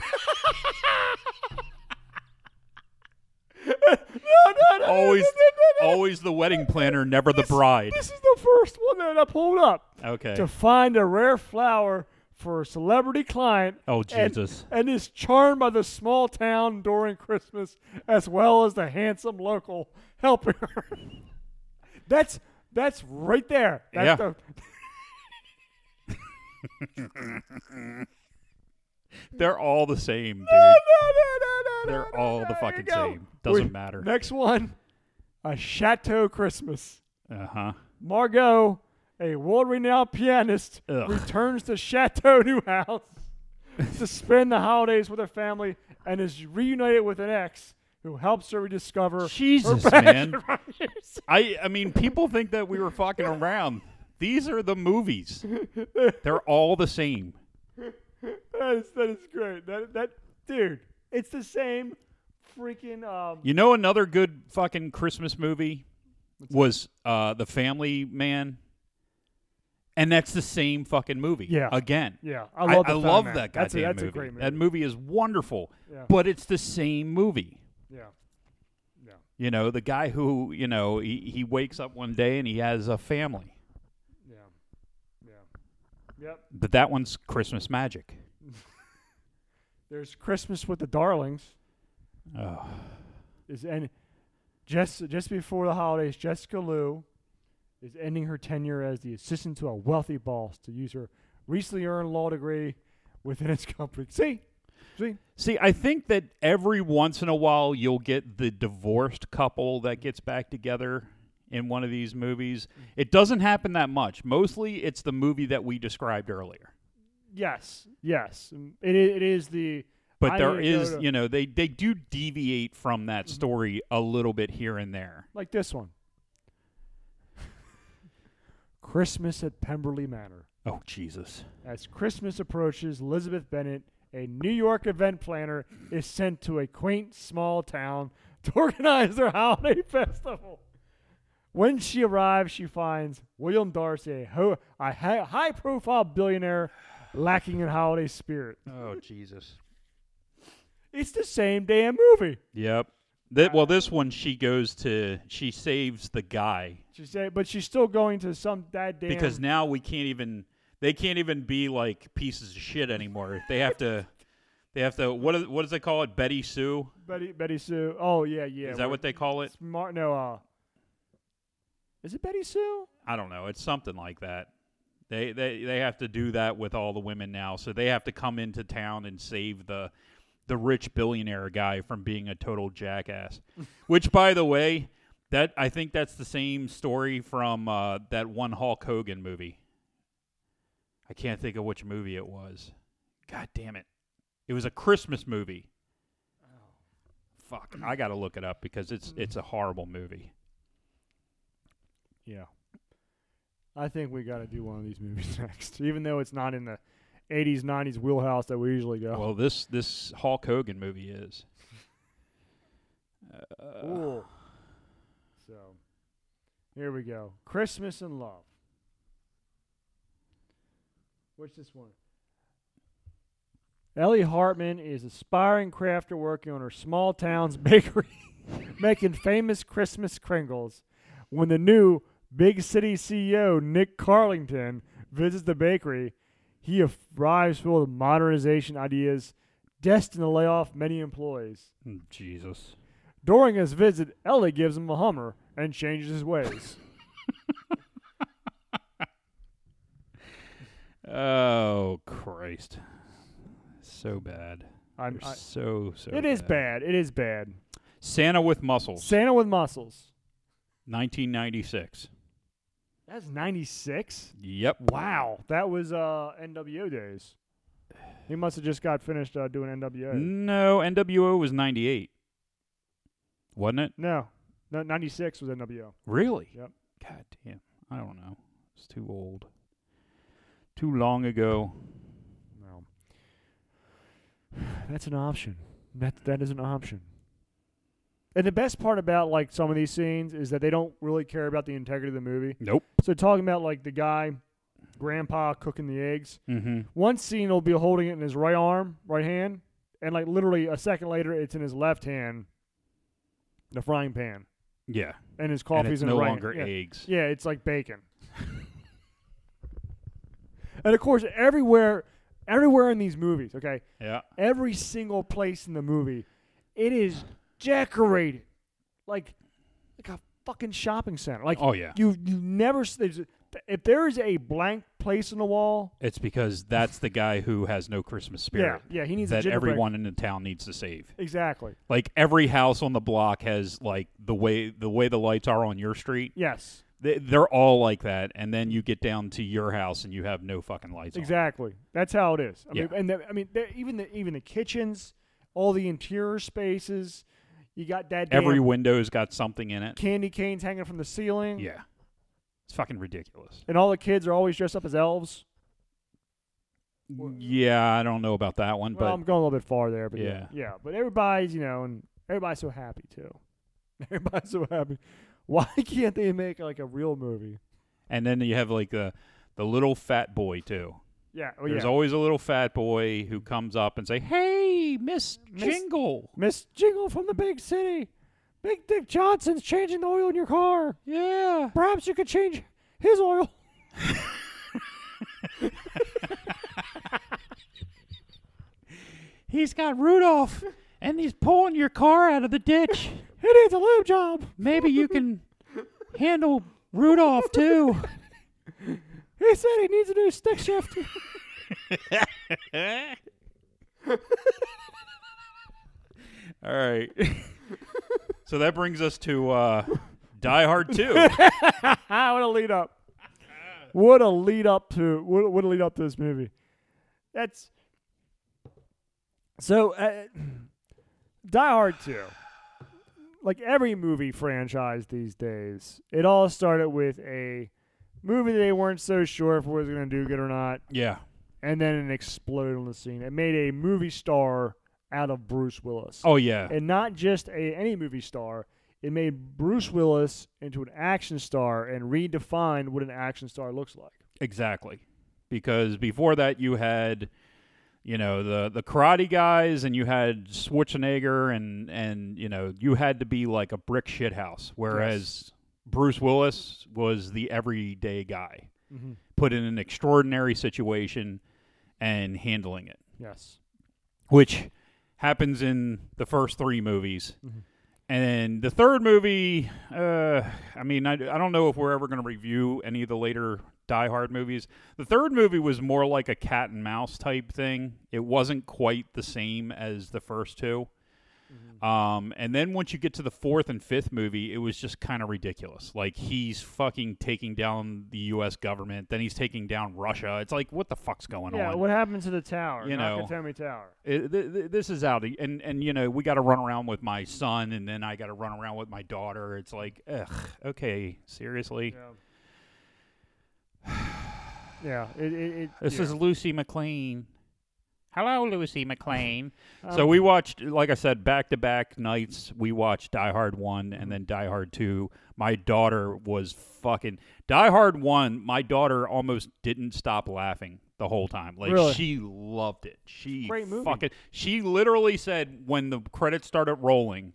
Speaker 2: no, no, no. no, no, no,
Speaker 3: Always,
Speaker 2: no.
Speaker 3: always the wedding planner, never the bride.
Speaker 2: This is the first one that I pulled up.
Speaker 3: Okay.
Speaker 2: To find a rare flower for a celebrity client.
Speaker 3: Oh,
Speaker 2: and-
Speaker 3: Jesus.
Speaker 2: And, is charmed by the small town during Christmas as well as the handsome local helping her. that's that's right there. That's
Speaker 3: Yeah.
Speaker 2: the-
Speaker 3: They're all the same,
Speaker 2: No,
Speaker 3: dude.
Speaker 2: no, no, no, no,
Speaker 3: They're
Speaker 2: no,
Speaker 3: all
Speaker 2: no,
Speaker 3: the
Speaker 2: no,
Speaker 3: fucking
Speaker 2: you go.
Speaker 3: same. Doesn't
Speaker 2: Wait,
Speaker 3: matter.
Speaker 2: Next one, a Chateau Christmas.
Speaker 3: Uh huh.
Speaker 2: Margot, a world-renowned pianist,
Speaker 3: Ugh.
Speaker 2: returns to Chateau Newhouse to spend the holidays with her family and is reunited with an ex who helps her rediscover
Speaker 3: Jesus,
Speaker 2: her passion
Speaker 3: man.
Speaker 2: for music.
Speaker 3: I, I mean, people think that we were fucking around. These are the movies. They're all the same.
Speaker 2: That is, that is great. That, that dude, it's the same freaking um,
Speaker 3: You know another good fucking Christmas movie was uh The Family Man. And that's the same fucking movie.
Speaker 2: Yeah.
Speaker 3: Again.
Speaker 2: yeah. I love,
Speaker 3: I,
Speaker 2: the Family
Speaker 3: love
Speaker 2: Man.
Speaker 3: that goddamn
Speaker 2: that's a, that's
Speaker 3: movie.
Speaker 2: a great movie.
Speaker 3: That movie is wonderful.
Speaker 2: Yeah.
Speaker 3: But it's the same movie.
Speaker 2: yeah. Yeah.
Speaker 3: You know, the guy who, you know, he, he wakes up one day and he has a family.
Speaker 2: Yeah. Yeah. Yep.
Speaker 3: But that one's Christmas magic.
Speaker 2: There's Christmas with the Darlings.
Speaker 3: Oh.
Speaker 2: Is and just just before the holidays, Jessica Liu is ending her tenure as the assistant to a wealthy boss to use her recently earned law degree within its company. See? See?
Speaker 3: See, I think that every once in a while you'll get the divorced couple that gets back together in one of these movies. It doesn't happen that much. Mostly it's the movie that we described earlier.
Speaker 2: Yes. Yes. Mm, It i- it is the
Speaker 3: But
Speaker 2: I
Speaker 3: there
Speaker 2: need to go
Speaker 3: is,
Speaker 2: to-
Speaker 3: you know, Mm-hmm. they, they do deviate from that story a little bit here and there.
Speaker 2: like this one. Christmas at Pemberley Manor.
Speaker 3: Oh, Jesus.
Speaker 2: As Christmas approaches, Elizabeth Bennett, a New York event planner, is sent to a quaint small town to organize their holiday festival. When she arrives, she finds William Darcy, a, ho- a hi- high profile billionaire, lacking in holiday spirit.
Speaker 3: Oh, Jesus.
Speaker 2: It's the same damn movie.
Speaker 3: Yep. That, well, this one she goes to, she saves the guy
Speaker 2: She said, but she's still going to some that damn.
Speaker 3: because now we can't even they can't even be like pieces of shit anymore. they have to they have to what is, what does they call it? Betty Sue?
Speaker 2: Betty, Betty Sue. Oh, yeah, yeah.
Speaker 3: is that what they call it?
Speaker 2: Smart, no, uh, is it Betty Sue?
Speaker 3: I don't know. It's something like that. They they they have to do that with all the women now. So they have to come into town and save the the rich billionaire guy from being a total jackass. Which by the way, that I think that's the same story from uh, that one Hulk Hogan movie. I can't think of which movie it was. God damn it. It was a Christmas movie. Fuck. I got to look it up because it's it's a horrible movie.
Speaker 2: yeah. I think we got to do one of these movies next, even though it's not in the '80s, '90s wheelhouse that we usually go.
Speaker 3: Well, this this Hulk Hogan movie is. Uh,
Speaker 2: Ooh. So here we go. Christmas in Love. What's this one? Ellie Hartman is aspiring crafter working on her small town's bakery, making famous Christmas Kringles. When the new big city CEO Nick Carlington visits the bakery, he arrives full of modernization ideas destined to lay off many employees.
Speaker 3: mm, Jesus.
Speaker 2: During his visit, Ellie gives him a Hummer and changes his ways.
Speaker 3: Oh Christ. So bad.
Speaker 2: I'm,
Speaker 3: They're
Speaker 2: I,
Speaker 3: so so.
Speaker 2: it is bad. It is bad.
Speaker 3: Santa with muscles.
Speaker 2: Santa with muscles.
Speaker 3: 1996.
Speaker 2: That's 96.
Speaker 3: Yep.
Speaker 2: Wow, that was uh, NWO days. He must have just got finished uh, doing NWO.
Speaker 3: No, NWO was 98. Wasn't it?
Speaker 2: No, no, 96 was NWO.
Speaker 3: Really?
Speaker 2: Yep.
Speaker 3: God damn. I don't know. It's too old. Too long ago.
Speaker 2: No, that's an option. That that is an option. And the best part about like some of these scenes is that they don't really care about the integrity of the movie.
Speaker 3: Nope.
Speaker 2: So talking about like the guy, grandpa cooking the eggs.
Speaker 3: Mm-hmm.
Speaker 2: One scene will be holding it in his right arm, right hand, and like literally a second later, it's in his left hand, the frying pan,
Speaker 3: Yeah.
Speaker 2: and his
Speaker 3: and
Speaker 2: coffee's
Speaker 3: it's
Speaker 2: in
Speaker 3: no
Speaker 2: the right.
Speaker 3: longer
Speaker 2: hand.
Speaker 3: eggs.
Speaker 2: Yeah. yeah, it's like bacon. and of course, everywhere, everywhere in these movies, okay,
Speaker 3: Yeah.
Speaker 2: every single place in the movie, it is decorated like like a fucking shopping center. Like
Speaker 3: Oh yeah.
Speaker 2: you you never s- there's, if there is a blank place on the wall.
Speaker 3: It's because that's the guy who has no Christmas
Speaker 2: Yeah,
Speaker 3: spirit
Speaker 2: yeah, he needs a
Speaker 3: that
Speaker 2: gingerbread-
Speaker 3: everyone in the town needs to save.
Speaker 2: Exactly.
Speaker 3: Like every house on the block has like the way the way the lights are on your street.
Speaker 2: Yes,
Speaker 3: They, they're all like that, and then you get down to your house and you have no fucking lights. on.
Speaker 2: exactly. That's how it is. I mean,
Speaker 3: Yeah.
Speaker 2: and the, I mean, the, even the even the kitchens, all the interior spaces, you got that damn
Speaker 3: Every window's got something in it.
Speaker 2: candy canes hanging from the ceiling.
Speaker 3: Yeah, it's fucking ridiculous.
Speaker 2: and all the kids are always dressed up as elves.
Speaker 3: Yeah, I don't know about that one,
Speaker 2: well, I'm going a little bit far there, but yeah,
Speaker 3: Yeah.
Speaker 2: yeah. But everybody's you know, and everybody's so happy too. Everybody's so happy. Why can't they make like a real movie?
Speaker 3: but and then you have like the the little fat boy too.
Speaker 2: Yeah, oh,
Speaker 3: There's
Speaker 2: yeah.
Speaker 3: always a little fat boy who comes up and say, "Hey, Miss
Speaker 2: Miss-
Speaker 3: Jingle."
Speaker 2: Miss Jingle from the big city. Big Dick Johnson's changing the oil in your car.
Speaker 3: Yeah.
Speaker 2: Perhaps you could change his oil.
Speaker 3: He's got Rudolph, and he's pulling your car out of the ditch.
Speaker 2: It needs a lube job.
Speaker 3: Maybe you can handle Rudolph too.
Speaker 2: He said he needs a new stick shift.
Speaker 3: All right. so that brings us to uh, Die Hard Two.
Speaker 2: ah, what a lead up. What a lead up to what, a- what a lead up to this movie. That's so uh, Die Hard 2. Like every movie franchise these days, it all started with a movie they weren't so sure if it was going to do good or not.
Speaker 3: yeah.
Speaker 2: and then it exploded on the scene. It made a movie star out of Bruce Willis,
Speaker 3: Oh yeah.
Speaker 2: and not just a any movie star. It made Bruce Willis into an action star and redefined what an action star looks like.
Speaker 3: Exactly. Because before that you had you know the the karate guys and you had Schwarzenegger and and you know you had to be like a brick shit house whereas Bruce Willis was the everyday guy
Speaker 2: Mm-hmm.
Speaker 3: put in an extraordinary situation and handling it
Speaker 2: Yes,
Speaker 3: which happens in the first three movies.
Speaker 2: Mhm.
Speaker 3: And the third movie, uh, I mean, I, I don't know if we're ever going to review any of the later Die Hard movies. The third movie was more like a cat and mouse type thing. It wasn't quite the same as the first two.
Speaker 2: Mm-hmm.
Speaker 3: Um, and then once you get to the fourth and fifth movie, it was just kind of ridiculous. Like he's fucking taking down the U.S. government, then he's taking down Russia. It's like what the fuck's going
Speaker 2: yeah,
Speaker 3: on?
Speaker 2: what happened to the tower?
Speaker 3: You know.
Speaker 2: Nakatomi Tower.
Speaker 3: It- th- th- this is out, and and you know we got to run around with my son, and then I got to run around with my daughter. It's like, ugh, okay, seriously,
Speaker 2: Yeah. Yeah, it, it, it
Speaker 3: this
Speaker 2: yeah. Um,
Speaker 3: is Lucy McLean. Hello, Lucy McLean. so
Speaker 2: Um,
Speaker 3: we watched, like I said, back to back nights. We watched Die Hard one and then Die Hard two. My daughter was fucking Die Hard one. My daughter almost didn't stop laughing the whole time. Like
Speaker 2: Really?
Speaker 3: she loved it. She
Speaker 2: Great movie.
Speaker 3: fucking. She literally said when the credits started rolling,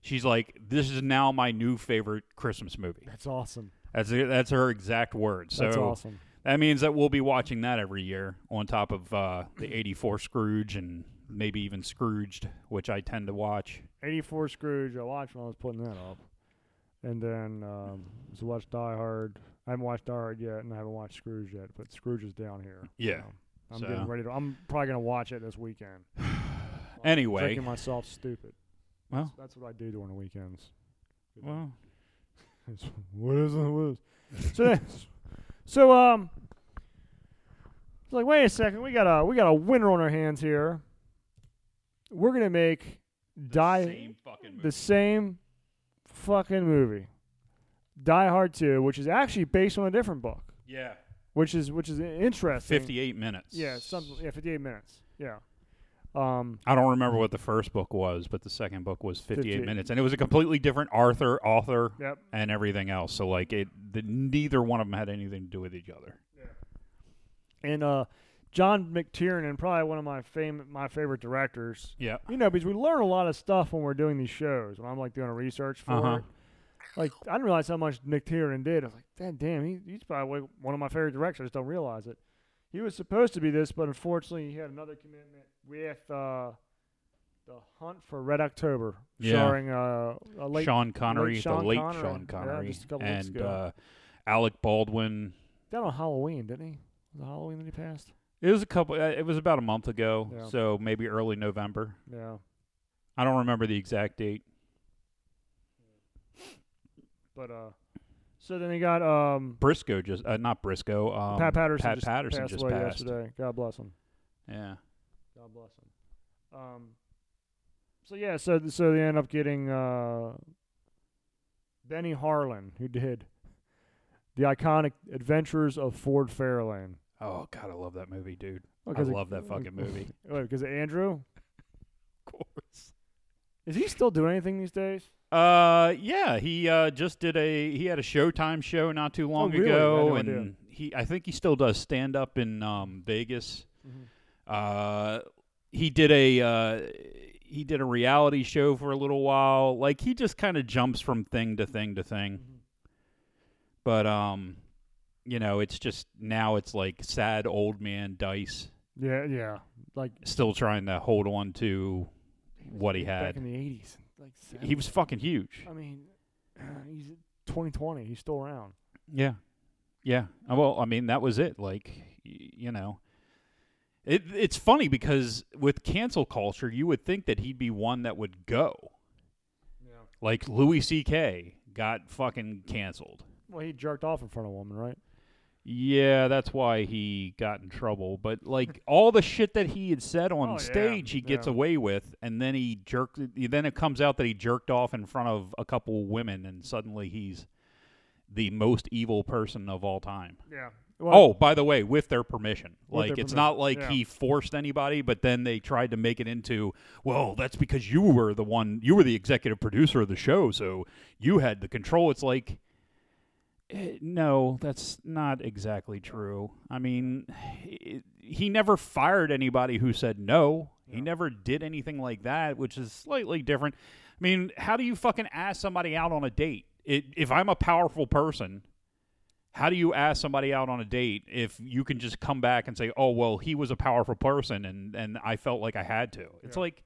Speaker 3: she's like, "This is now my new favorite Christmas movie."
Speaker 2: That's awesome.
Speaker 3: That's that's her exact words. So
Speaker 2: That's awesome.
Speaker 3: that means that we'll be watching that every year on top of uh, the 84 Scrooge and maybe even Scrooged, which I tend to watch.
Speaker 2: 84 Scrooge, I watched when I was putting that up. And then, um, so watched Die Hard. I haven't watched Die Hard yet, and I haven't watched Scrooge yet, but Scrooge is down here.
Speaker 3: Yeah,
Speaker 2: so I'm getting
Speaker 3: so-
Speaker 2: ready to. I'm probably going to watch it this weekend.
Speaker 3: Anyway,
Speaker 2: Making myself stupid.
Speaker 3: well,
Speaker 2: That's what I do during the weekends.
Speaker 3: well,
Speaker 2: It's- what is it? What is it? So, that's- so um, it's like, wait a second, we got a we got a winner on our hands here. We're gonna make die
Speaker 3: fucking
Speaker 2: the same fucking movie, Die Hard Two, which is actually based on a different book,
Speaker 3: yeah,
Speaker 2: which is which is interesting.
Speaker 3: 58 minutes.
Speaker 2: Yeah, something. Yeah, fifty-eight minutes. Yeah. Um.
Speaker 3: I don't remember what the first book was, but the second book was 58
Speaker 2: 58.
Speaker 3: minutes, and it was a completely different Arthur author
Speaker 2: Yep.
Speaker 3: and everything else. So like it, the, neither one of them had anything to do with each other.
Speaker 2: And uh, John McTiernan, probably one of my fam- my favorite directors.
Speaker 3: Yeah,
Speaker 2: You know, because we learn a lot of stuff when we're doing these shows. When I'm like doing a research for
Speaker 3: Uh-huh.
Speaker 2: it, like I didn't realize how much Nick Tiernan did. I was like, "Damn, damn, he, he's probably like one of my favorite directors." Don't realize it. He was supposed to be this, but unfortunately, he had another commitment with uh, the Hunt for Red October,
Speaker 3: Yeah.
Speaker 2: starring uh, a late.
Speaker 3: Sean Connery,
Speaker 2: Sean
Speaker 3: the late
Speaker 2: Connery.
Speaker 3: Sean
Speaker 2: Yeah,
Speaker 3: Connery,
Speaker 2: just a couple weeks
Speaker 3: and
Speaker 2: ago.
Speaker 3: uh, Alec Baldwin.
Speaker 2: That on Halloween, didn't he? Was it Halloween that he passed?
Speaker 3: It was a couple. uh, It was about a month ago,
Speaker 2: Yeah.
Speaker 3: so maybe early November.
Speaker 2: Yeah,
Speaker 3: I don't remember the exact date.
Speaker 2: but uh, so then he got um,
Speaker 3: Briscoe just uh, not Briscoe. Um,
Speaker 2: Pat Patterson.
Speaker 3: Pat
Speaker 2: just
Speaker 3: Patterson
Speaker 2: passed
Speaker 3: just
Speaker 2: away
Speaker 3: passed.
Speaker 2: yesterday. God bless him.
Speaker 3: Yeah.
Speaker 2: God bless him. Um, so yeah, so so they end up getting uh, Benny Harlan, who did the iconic Adventures of Ford Fairlane.
Speaker 3: Oh God, I love that movie, dude.
Speaker 2: Oh,
Speaker 3: I
Speaker 2: 'cause it-
Speaker 3: love that fucking movie.
Speaker 2: Wait, because Andrew
Speaker 3: of course.
Speaker 2: is he still doing anything these days?
Speaker 3: Uh, yeah. He uh just did a he had a Showtime show not too long
Speaker 2: Oh, really? I had
Speaker 3: ago,
Speaker 2: no
Speaker 3: and
Speaker 2: idea.
Speaker 3: he I think he still does stand up in um Vegas. Uh, he did a uh, he did a reality show for a little while. Like he just kind of jumps from thing to thing to thing.
Speaker 2: Mm-hmm.
Speaker 3: But um, you know, it's just now it's like sad old man Dice
Speaker 2: Yeah, yeah, like
Speaker 3: still trying to hold on to what he
Speaker 2: back in
Speaker 3: had.
Speaker 2: the eighties, like
Speaker 3: He was
Speaker 2: 70s.
Speaker 3: fucking huge.
Speaker 2: I mean, he's 2020. He's still around.
Speaker 3: Yeah, yeah. Uh, Well, I mean, that was it. Like, y- you know, it it's funny because with cancel culture, you would think that he'd be one that would go.
Speaker 2: Yeah.
Speaker 3: Like Louis C.K. got fucking canceled.
Speaker 2: Well, he jerked off in front of a woman, right?
Speaker 3: Yeah, that's why he got in trouble. But like all the shit that he had said on
Speaker 2: Oh, yeah,
Speaker 3: stage, he gets
Speaker 2: yeah.
Speaker 3: away with, and then he jerked. Then it comes out that he jerked off in front of a couple women, and suddenly he's the most evil person of all time.
Speaker 2: Yeah.
Speaker 3: Oh, by the way, with their permission.
Speaker 2: With
Speaker 3: like
Speaker 2: their
Speaker 3: it's
Speaker 2: permission,
Speaker 3: not like
Speaker 2: yeah.
Speaker 3: he forced anybody, but then they tried to make it into, well, that's because you were the one, you were the executive producer of the show, so you had the control. It's like, eh, no, that's not exactly true. I mean, it, he never fired anybody who said no. He
Speaker 2: Yeah.
Speaker 3: never did anything like that, which is slightly different. I mean, how do you fucking ask somebody out on a date? It, if I'm a powerful person, how do you ask somebody out on a date if you can just come back and say, "Oh, well, he was a powerful person and and I felt like I had to." It's
Speaker 2: Yeah.
Speaker 3: like,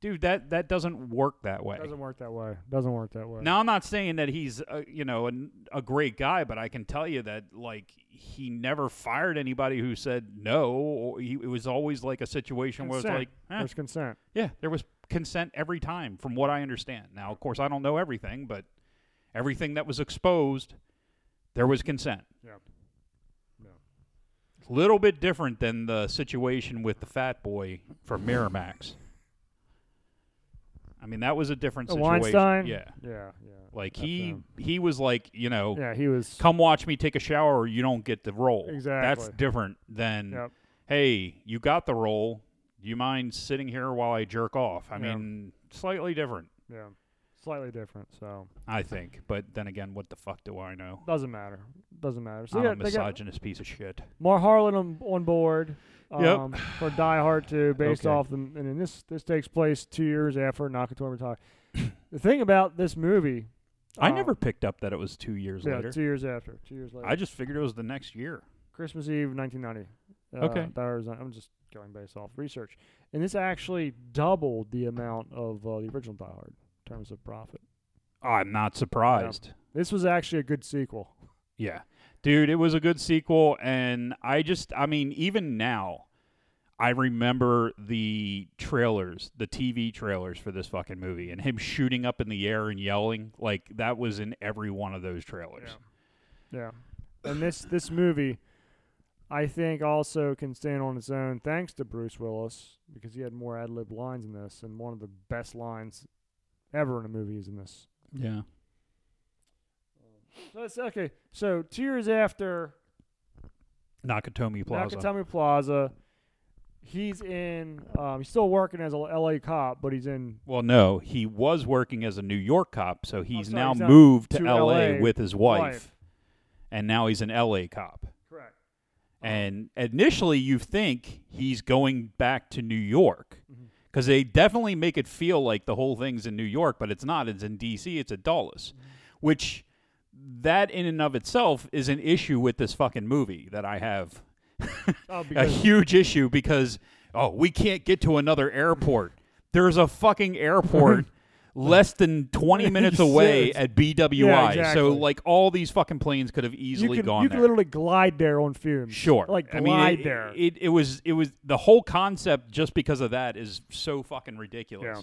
Speaker 3: dude, that that doesn't work that way.
Speaker 2: doesn't work that way. Doesn't work that way.
Speaker 3: Now I'm not saying that he's a, you know an, a great guy, but I can tell you that like he never fired anybody who said no. Or he, it was always like a situation where it's
Speaker 2: Consent.
Speaker 3: like, eh,
Speaker 2: There's consent.
Speaker 3: yeah, there was consent every time, from what I understand. Now, of course, I don't know everything, but everything that was exposed, there was consent.
Speaker 2: Yeah. Yeah.
Speaker 3: Little bit different than the situation with the fat boy from Miramax. I mean, that was a different
Speaker 2: Uh,
Speaker 3: situation.
Speaker 2: Weinstein.
Speaker 3: Yeah.
Speaker 2: Yeah. Yeah.
Speaker 3: Like
Speaker 2: That's
Speaker 3: he
Speaker 2: him.
Speaker 3: he was like, you know,
Speaker 2: Yeah. He was.
Speaker 3: come watch me take a shower or you don't get the role. That's
Speaker 2: Exactly.
Speaker 3: different than
Speaker 2: Yep.
Speaker 3: hey, you got the role. Do you mind sitting here while I jerk off? I
Speaker 2: Yeah.
Speaker 3: mean, slightly different,
Speaker 2: Yeah. Slightly different. So
Speaker 3: I think. But then again, what the fuck do I know?
Speaker 2: doesn't matter. Doesn't matter. So
Speaker 3: I'm
Speaker 2: yeah,
Speaker 3: a
Speaker 2: they got
Speaker 3: misogynist piece of shit.
Speaker 2: Mar Harlan on, on board.
Speaker 3: Yep.
Speaker 2: Um, For Die Hard 2, based
Speaker 3: Okay.
Speaker 2: off the, and then this this takes place two years after Nakatomi retired. the thing about this movie,
Speaker 3: I
Speaker 2: uh,
Speaker 3: never picked up that it was two years
Speaker 2: yeah,
Speaker 3: later.
Speaker 2: two years after, two years later,
Speaker 3: I just figured it was the next year.
Speaker 2: Christmas Eve, 1990. Uh,
Speaker 3: Okay.
Speaker 2: Die Hard is not- I'm just going based off research, and this actually doubled the amount of uh, the original Die Hard in terms of profit.
Speaker 3: I'm not surprised.
Speaker 2: This was actually a good sequel.
Speaker 3: Yeah. Dude, it was a good sequel and I just I mean, even now I remember the trailers, the TV trailers for this fucking movie and him shooting up in the air and yelling like that was in every one of those trailers.
Speaker 2: Yeah. And this this movie I think also can stand on its own thanks to Bruce Willis because he had more ad lib lines in this and one of the best lines ever in a movie is in this.
Speaker 3: Yeah.
Speaker 2: So that's okay. So two years after
Speaker 3: Nakatomi Plaza.
Speaker 2: Nakatomi Plaza, he's in um, he's still working as a LA cop, but he's in
Speaker 3: well, no, he was working as a New York cop, so Oh, he's
Speaker 2: sorry,
Speaker 3: now
Speaker 2: he's out
Speaker 3: moved to,
Speaker 2: to
Speaker 3: LA,
Speaker 2: LA
Speaker 3: with his wife, and now he's an LA cop.
Speaker 2: Correct. Uh-huh.
Speaker 3: And initially, you think he's going back to New York
Speaker 2: Mhm.
Speaker 3: because they definitely make it feel like the whole thing's in New York, but it's not. It's in D.C., it's at Dulles,
Speaker 2: Mm-hmm.
Speaker 3: which that in and of itself is an issue with this fucking movie that I have
Speaker 2: Oh,
Speaker 3: a
Speaker 2: because
Speaker 3: huge issue because oh we can't get to another airport there's a fucking airport less than 20 minutes away
Speaker 2: Yes.
Speaker 3: at bwi
Speaker 2: Yeah,
Speaker 3: so
Speaker 2: exactly.
Speaker 3: like all these fucking planes could have
Speaker 2: you
Speaker 3: easily
Speaker 2: can,
Speaker 3: gone
Speaker 2: you
Speaker 3: there
Speaker 2: can literally glide there on fumes.
Speaker 3: sure
Speaker 2: Like glide
Speaker 3: i mean it,
Speaker 2: there.
Speaker 3: It, it was it was the whole concept just because of that is so fucking ridiculous
Speaker 2: Yeah.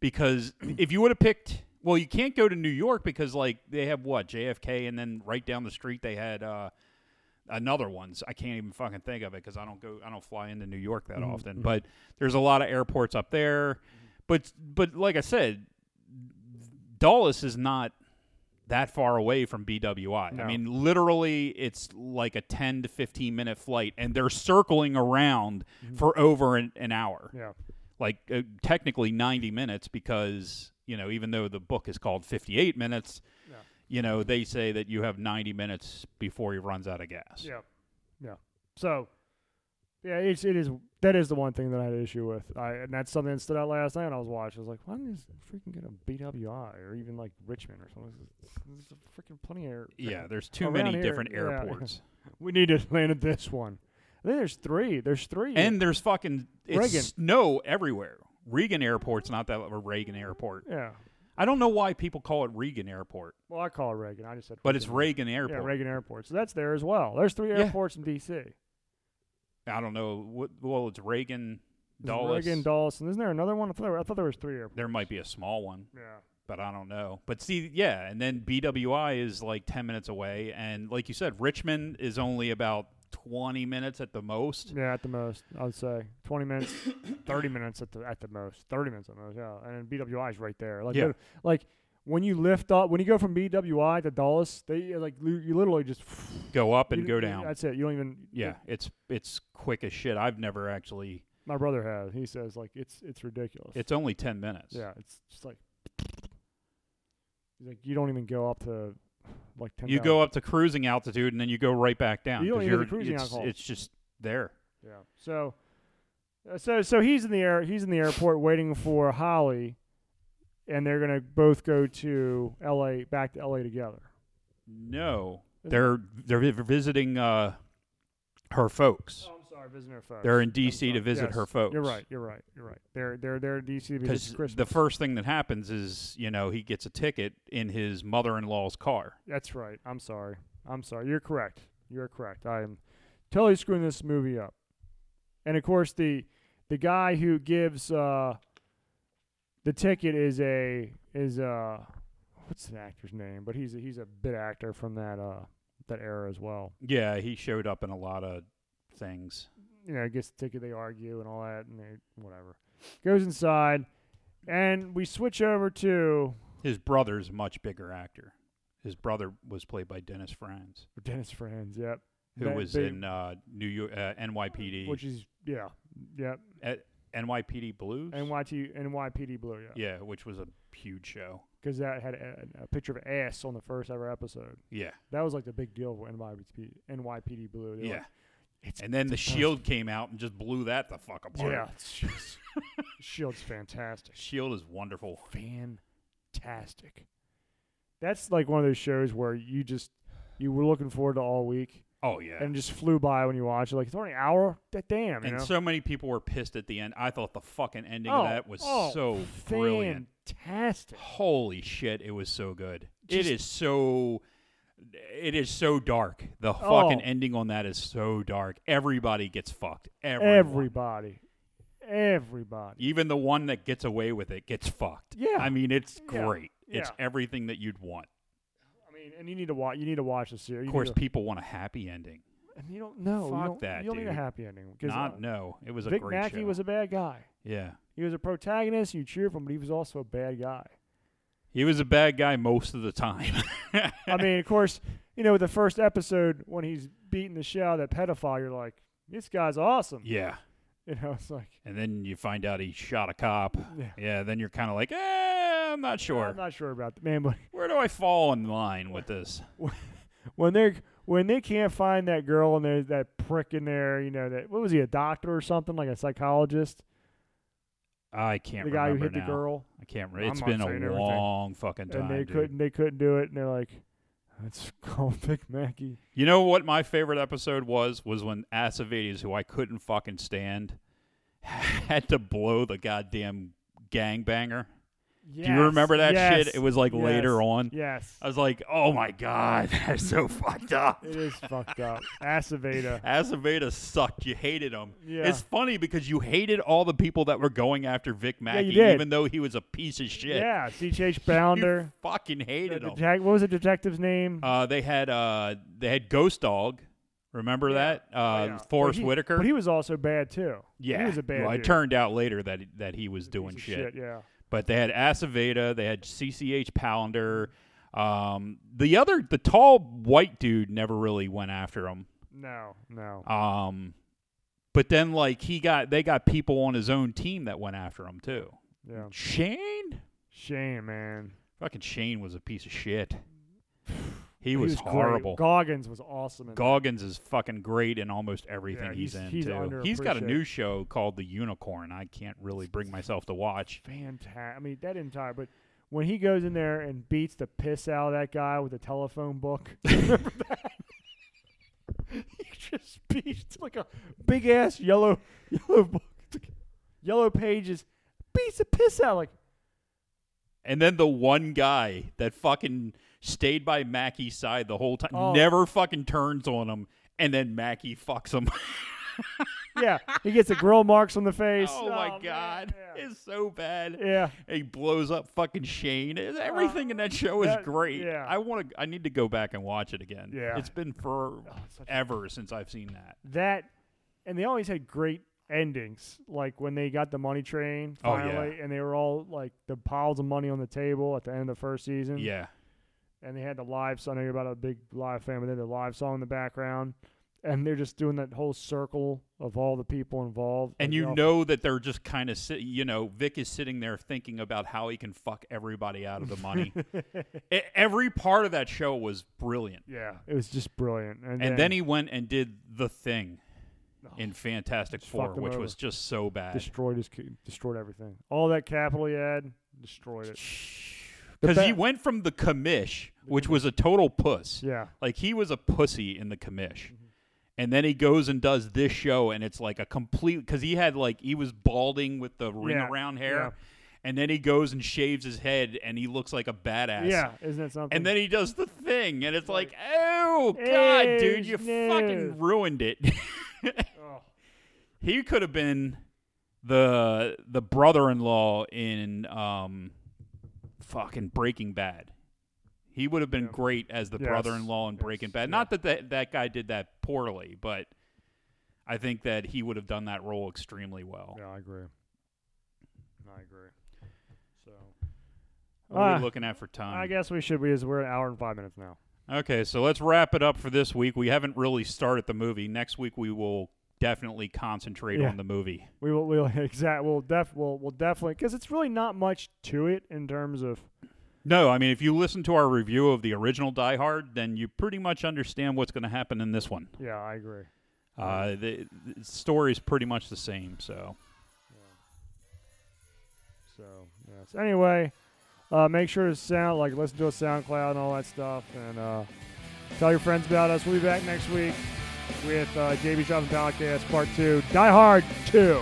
Speaker 3: because if you would have picked well you can't go to new york because like they have what jfk and then right down the street they had uh another ones i can't even fucking think of it because i don't go i don't fly into new york that
Speaker 2: Mm-hmm.
Speaker 3: often but there's a lot of airports up there but but like i said dulles is not that far away from bwi i
Speaker 2: No.
Speaker 3: mean literally it's like a 10 to 15 minute flight and they're circling around
Speaker 2: Mm-hmm.
Speaker 3: for over an, an hour
Speaker 2: yeah.
Speaker 3: like uh, technically 90 minutes because you know even though the book is called 58 minutes
Speaker 2: Yeah.
Speaker 3: you know they say that you have 90 minutes before he runs out of gas
Speaker 2: Yeah, yeah. So, yeah, it's it is that is the one thing that I had an issue with. I and that's something that stood out last night when I was watching. I was like, why didn't they freaking get a BWI or even like Richmond or something? There's freaking plenty of air.
Speaker 3: yeah there's too
Speaker 2: Around
Speaker 3: many
Speaker 2: here,
Speaker 3: different
Speaker 2: yeah.
Speaker 3: airports
Speaker 2: we need to land at this one. I think there's three. There's three.
Speaker 3: and there's fucking it's
Speaker 2: Reagan.
Speaker 3: snow everywhere reagan airport's not that or reagan airport
Speaker 2: yeah.
Speaker 3: i don't know why people call it reagan airport
Speaker 2: Well, I call it Reagan. I just said.
Speaker 3: but it's
Speaker 2: Reagan.
Speaker 3: reagan
Speaker 2: Yeah,
Speaker 3: airport
Speaker 2: Reagan Airport. So that's there as well. There's three
Speaker 3: Yeah.
Speaker 2: airports in D.C.
Speaker 3: i don't know what well it's reagan
Speaker 2: There's
Speaker 3: Dulles.
Speaker 2: Reagan, Dulles, and isn't there another one? I thought there, I thought there was three airports.
Speaker 3: there might be a small one
Speaker 2: Yeah.
Speaker 3: but I don't know. But see, yeah, and then BWI is like 10 minutes away. And like you said, Richmond is only about 20 minutes at the most.
Speaker 2: Yeah, at the most, I'd say twenty minutes, thirty minutes at the at the most, thirty minutes at the most. Yeah, and then BWI is right there. Like,
Speaker 3: Yeah.
Speaker 2: they're- like when you lift up, when you go from BWI to Dallas, they uh, like li- you literally just
Speaker 3: Go up and
Speaker 2: you-
Speaker 3: go
Speaker 2: you-
Speaker 3: down.
Speaker 2: That's it. You don't even.
Speaker 3: Yeah, it's it's quick as shit. I've never actually.
Speaker 2: my brother has. He says like it's it's ridiculous.
Speaker 3: It's only 10 minutes.
Speaker 2: yeah, it's just like he's like you don't even go up to like ten.
Speaker 3: You go up to cruising altitude and then you go right back down.
Speaker 2: You don't
Speaker 3: 'cause
Speaker 2: even get
Speaker 3: you're-
Speaker 2: the cruising
Speaker 3: it's,
Speaker 2: alcohol.
Speaker 3: it's just there.
Speaker 2: Yeah. So, uh, so so he's in the air. He's in the airport waiting for Holly, and they're gonna both go to L.A. back to L.A. together.
Speaker 3: No, they're they're visiting uh, her folks.
Speaker 2: Oh, I'm sorry, visiting her folks.
Speaker 3: They're in
Speaker 2: I'm
Speaker 3: D.C. to
Speaker 2: sorry.
Speaker 3: visit
Speaker 2: Yes,
Speaker 3: her folks.
Speaker 2: You're right. You're right. You're right. They're they're they're in D.C. to visit
Speaker 3: because
Speaker 2: Christmas.
Speaker 3: the first thing that happens is you know he gets a ticket in his mother-in-law's car
Speaker 2: That's right. I'm sorry. I'm sorry. You're correct. You're correct. I am totally screwing this movie up. And of course, the the guy who gives uh, the ticket is a is a what's the actor's name? But he's a, he's a bit actor from that uh that era as well.
Speaker 3: Yeah, he showed up in a lot of things.
Speaker 2: You know, gets the ticket, they argue and all that, and they whatever. Goes inside, and we switch over to
Speaker 3: His brother's a much bigger actor. His brother was played by Dennis Franz,
Speaker 2: Dennis Franz. Yep,
Speaker 3: who
Speaker 2: That
Speaker 3: was
Speaker 2: big-
Speaker 3: in uh, New York uh, NYPD,
Speaker 2: which is yeah, yep.
Speaker 3: at NYPD Blues.
Speaker 2: NYT NYPD Blue, yeah,
Speaker 3: yeah, which was a huge show.
Speaker 2: because that had a, a picture of ass on the first ever episode.
Speaker 3: Yeah,
Speaker 2: That was like the big deal for NYPD NYPD Blue. They were
Speaker 3: yeah.
Speaker 2: like, it's
Speaker 3: and then the
Speaker 2: it's a-
Speaker 3: Shield came out and just blew that the fuck apart.
Speaker 2: yeah, it's just- Shield's fantastic.
Speaker 3: Shield is wonderful.
Speaker 2: fantastic. That's like one of those shows where you just you were looking forward to all week
Speaker 3: Oh yeah.
Speaker 2: and just flew by when you watch it. Like it's only an hour. That damn, you
Speaker 3: And
Speaker 2: know?
Speaker 3: so many people were pissed at the end. I thought the fucking ending
Speaker 2: Oh,
Speaker 3: of that was
Speaker 2: oh,
Speaker 3: so brilliant.
Speaker 2: fantastic.
Speaker 3: Holy shit, it was so good.
Speaker 2: Just-
Speaker 3: it is so it is so dark.
Speaker 2: Oh.
Speaker 3: The fucking ending on that is so dark. Everybody gets fucked. Everyone.
Speaker 2: Everybody, everybody.
Speaker 3: Even the one that gets away with it gets fucked.
Speaker 2: Yeah.
Speaker 3: I mean, it's
Speaker 2: Yeah.
Speaker 3: great. It's
Speaker 2: Yeah.
Speaker 3: everything that you'd want.
Speaker 2: I mean, and you need to watch. You need to watch the series.
Speaker 3: Of course, people want a happy ending.
Speaker 2: and you don't know.
Speaker 3: fuck
Speaker 2: you don't,
Speaker 3: that,
Speaker 2: You don't need a
Speaker 3: dude.
Speaker 2: happy ending. 'cause,
Speaker 3: Not
Speaker 2: uh,
Speaker 3: no. It was a
Speaker 2: Vic
Speaker 3: great
Speaker 2: Mackey
Speaker 3: show.
Speaker 2: was a bad guy.
Speaker 3: yeah.
Speaker 2: He was a protagonist. You cheered for him, but he was also a bad guy.
Speaker 3: He was a bad guy most of the time.
Speaker 2: I mean, of course, you know, the first episode when he's beating the shit out of that pedophile, you're like, this guy's awesome.
Speaker 3: yeah.
Speaker 2: You know, it's like,
Speaker 3: And then you find out he shot a cop.
Speaker 2: Yeah.
Speaker 3: Yeah, then you're kind of like, eh, I'm not sure.
Speaker 2: I'm not sure about that, man. But
Speaker 3: Where do I fall in line with this?
Speaker 2: when they are when they can't find that girl and there's that prick in there, you know, that what was he a doctor or something like a psychologist?
Speaker 3: I can't
Speaker 2: the guy who
Speaker 3: remember
Speaker 2: hit
Speaker 3: now.
Speaker 2: the girl,
Speaker 3: I can't
Speaker 2: I'm
Speaker 3: remember. It's
Speaker 2: not
Speaker 3: been
Speaker 2: saying
Speaker 3: a
Speaker 2: everything.
Speaker 3: long fucking time.
Speaker 2: and they
Speaker 3: dude.
Speaker 2: couldn't they couldn't do it, and they're like, let's call Vic Mackey.
Speaker 3: You know what my favorite episode was? Was when Acevedes, who I couldn't fucking stand, had to blow the goddamn gangbanger. Do you remember that shit? It was like later on.
Speaker 2: Yes,
Speaker 3: I was like, oh my God, that's so fucked up.
Speaker 2: it is fucked up. Aceveda.
Speaker 3: Acevedo sucked. You hated him.
Speaker 2: Yeah.
Speaker 3: It's funny because you hated all the people that were going after Vic Mackey,
Speaker 2: did.
Speaker 3: even though he was a piece of shit.
Speaker 2: Yeah, CH
Speaker 3: You
Speaker 2: Bounder.
Speaker 3: fucking
Speaker 2: the
Speaker 3: hated him.
Speaker 2: detec- what was the detective's name?
Speaker 3: Uh, they had uh, they had Ghost Dog. Remember
Speaker 2: Yeah.
Speaker 3: that? Uh,
Speaker 2: Oh, yeah.
Speaker 3: Forrest
Speaker 2: But he-
Speaker 3: Whitaker.
Speaker 2: But he was also bad too.
Speaker 3: yeah,
Speaker 2: he was a bad.
Speaker 3: Well, it
Speaker 2: dude.
Speaker 3: turned out later that that he was doing
Speaker 2: Piece of
Speaker 3: shit.
Speaker 2: Yeah,
Speaker 3: But they had Aceveda. They had CCH Pounder. Um, the other, the tall white dude, never really went after him.
Speaker 2: no, no.
Speaker 3: Um, but then like he got they got people on his own team that went after him too.
Speaker 2: Yeah,
Speaker 3: Shane,
Speaker 2: shame, man.
Speaker 3: fucking Shane was a piece of shit. He,
Speaker 2: He
Speaker 3: was,
Speaker 2: great.
Speaker 3: horrible.
Speaker 2: Goggins was awesome. In
Speaker 3: Goggins is fucking great in almost everything
Speaker 2: Yeah,
Speaker 3: he's,
Speaker 2: he's-
Speaker 3: in
Speaker 2: he's
Speaker 3: too. He's got a
Speaker 2: underappreciated.
Speaker 3: new show called The Unicorn. I can't really bring myself to watch.
Speaker 2: fantastic. I mean, that entire. But when he goes in there and beats the piss out of that guy with the telephone book, remember that? he just beats like a big ass yellow, yellow book, yellow pages. Beats the piss out like.
Speaker 3: And then the one guy that fucking stayed by Mackey's side the whole time,
Speaker 2: Oh.
Speaker 3: never fucking turns on him, and then Mackey fucks him.
Speaker 2: yeah, he gets the grill marks on the face.
Speaker 3: oh my
Speaker 2: man,
Speaker 3: god,
Speaker 2: yeah.
Speaker 3: it's so bad.
Speaker 2: Yeah.
Speaker 3: he blows up fucking Shane. It- Everything in that show is
Speaker 2: Uh, that-
Speaker 3: great.
Speaker 2: yeah.
Speaker 3: I want to. I need to go back and watch it again.
Speaker 2: Yeah. Oh,
Speaker 3: it's been
Speaker 2: it's such a-
Speaker 3: forever since I've seen that.
Speaker 2: that, and they always had great endings. Like when they got the money train
Speaker 3: Oh, yeah.
Speaker 2: finally, and they were all like the piles of money on the table at the end of the first season.
Speaker 3: Yeah,
Speaker 2: and they had the live song. I know you're about a big live fan, but they had the live song in the background. And they're just doing that whole circle of all the people involved.
Speaker 3: and
Speaker 2: Like,
Speaker 3: you
Speaker 2: all-
Speaker 3: know that they're just kind of sit. You know, Vic is sitting there thinking about how he can fuck everybody out of the money. E- every part of that show was brilliant.
Speaker 2: yeah, it was just brilliant. And,
Speaker 3: And then he went and did the thing
Speaker 2: Oh,
Speaker 3: in Fantastic
Speaker 2: Just
Speaker 3: Four,
Speaker 2: fucked him
Speaker 3: which
Speaker 2: over.
Speaker 3: was just so bad.
Speaker 2: destroyed his, c- destroyed everything. All that capital he had, destroyed it. The
Speaker 3: Because he
Speaker 2: ba-
Speaker 3: went from the commish, which was a total puss.
Speaker 2: Yeah,
Speaker 3: Like he was a pussy in the commish.
Speaker 2: Mm-hmm.
Speaker 3: And then he goes and does this show and it's like a complete cuz he had like he was balding with the ring
Speaker 2: Yeah,
Speaker 3: around
Speaker 2: yeah.
Speaker 3: hair. And then he goes and shaves his head and he looks like a badass.
Speaker 2: yeah, isn't it something?
Speaker 3: And then he does the thing and it's like, "Oh
Speaker 2: Hey,
Speaker 3: god, dude, you
Speaker 2: no."
Speaker 3: fucking ruined it."
Speaker 2: Oh.
Speaker 3: he could have been the the brother-in-law in um, fucking Breaking Bad. He would have been
Speaker 2: Yeah.
Speaker 3: great as the
Speaker 2: Yes.
Speaker 3: brother-in-law in Breaking
Speaker 2: Yes.
Speaker 3: Bad.
Speaker 2: Yeah.
Speaker 3: Not that, that that guy did that poorly, but I think that he would have done that role extremely well.
Speaker 2: Yeah, I agree. I agree. So
Speaker 3: What are
Speaker 2: Ah,
Speaker 3: we looking at for time?
Speaker 2: I guess we should. We is we're an hour and five minutes now.
Speaker 3: Okay, so let's wrap it up for this week. We haven't really started the movie. Next week we will definitely concentrate
Speaker 2: Yeah.
Speaker 3: on the movie.
Speaker 2: We will. We'll exact. We'll def. We'll, we'll definitely because it's really not much to it in terms of.
Speaker 3: No, I mean if you listen to our review of the original Die Hard, then you pretty much understand what's going to happen in this one.
Speaker 2: Yeah, I agree.
Speaker 3: Uh, the, the story is pretty much the same. So
Speaker 2: So yes. Anyway, uh, make sure to sound like listen to us SoundCloud and all that stuff, and uh, tell your friends about us. We'll be back next week with uh, JB Shopping Podcast Part Two, Die Hard Two.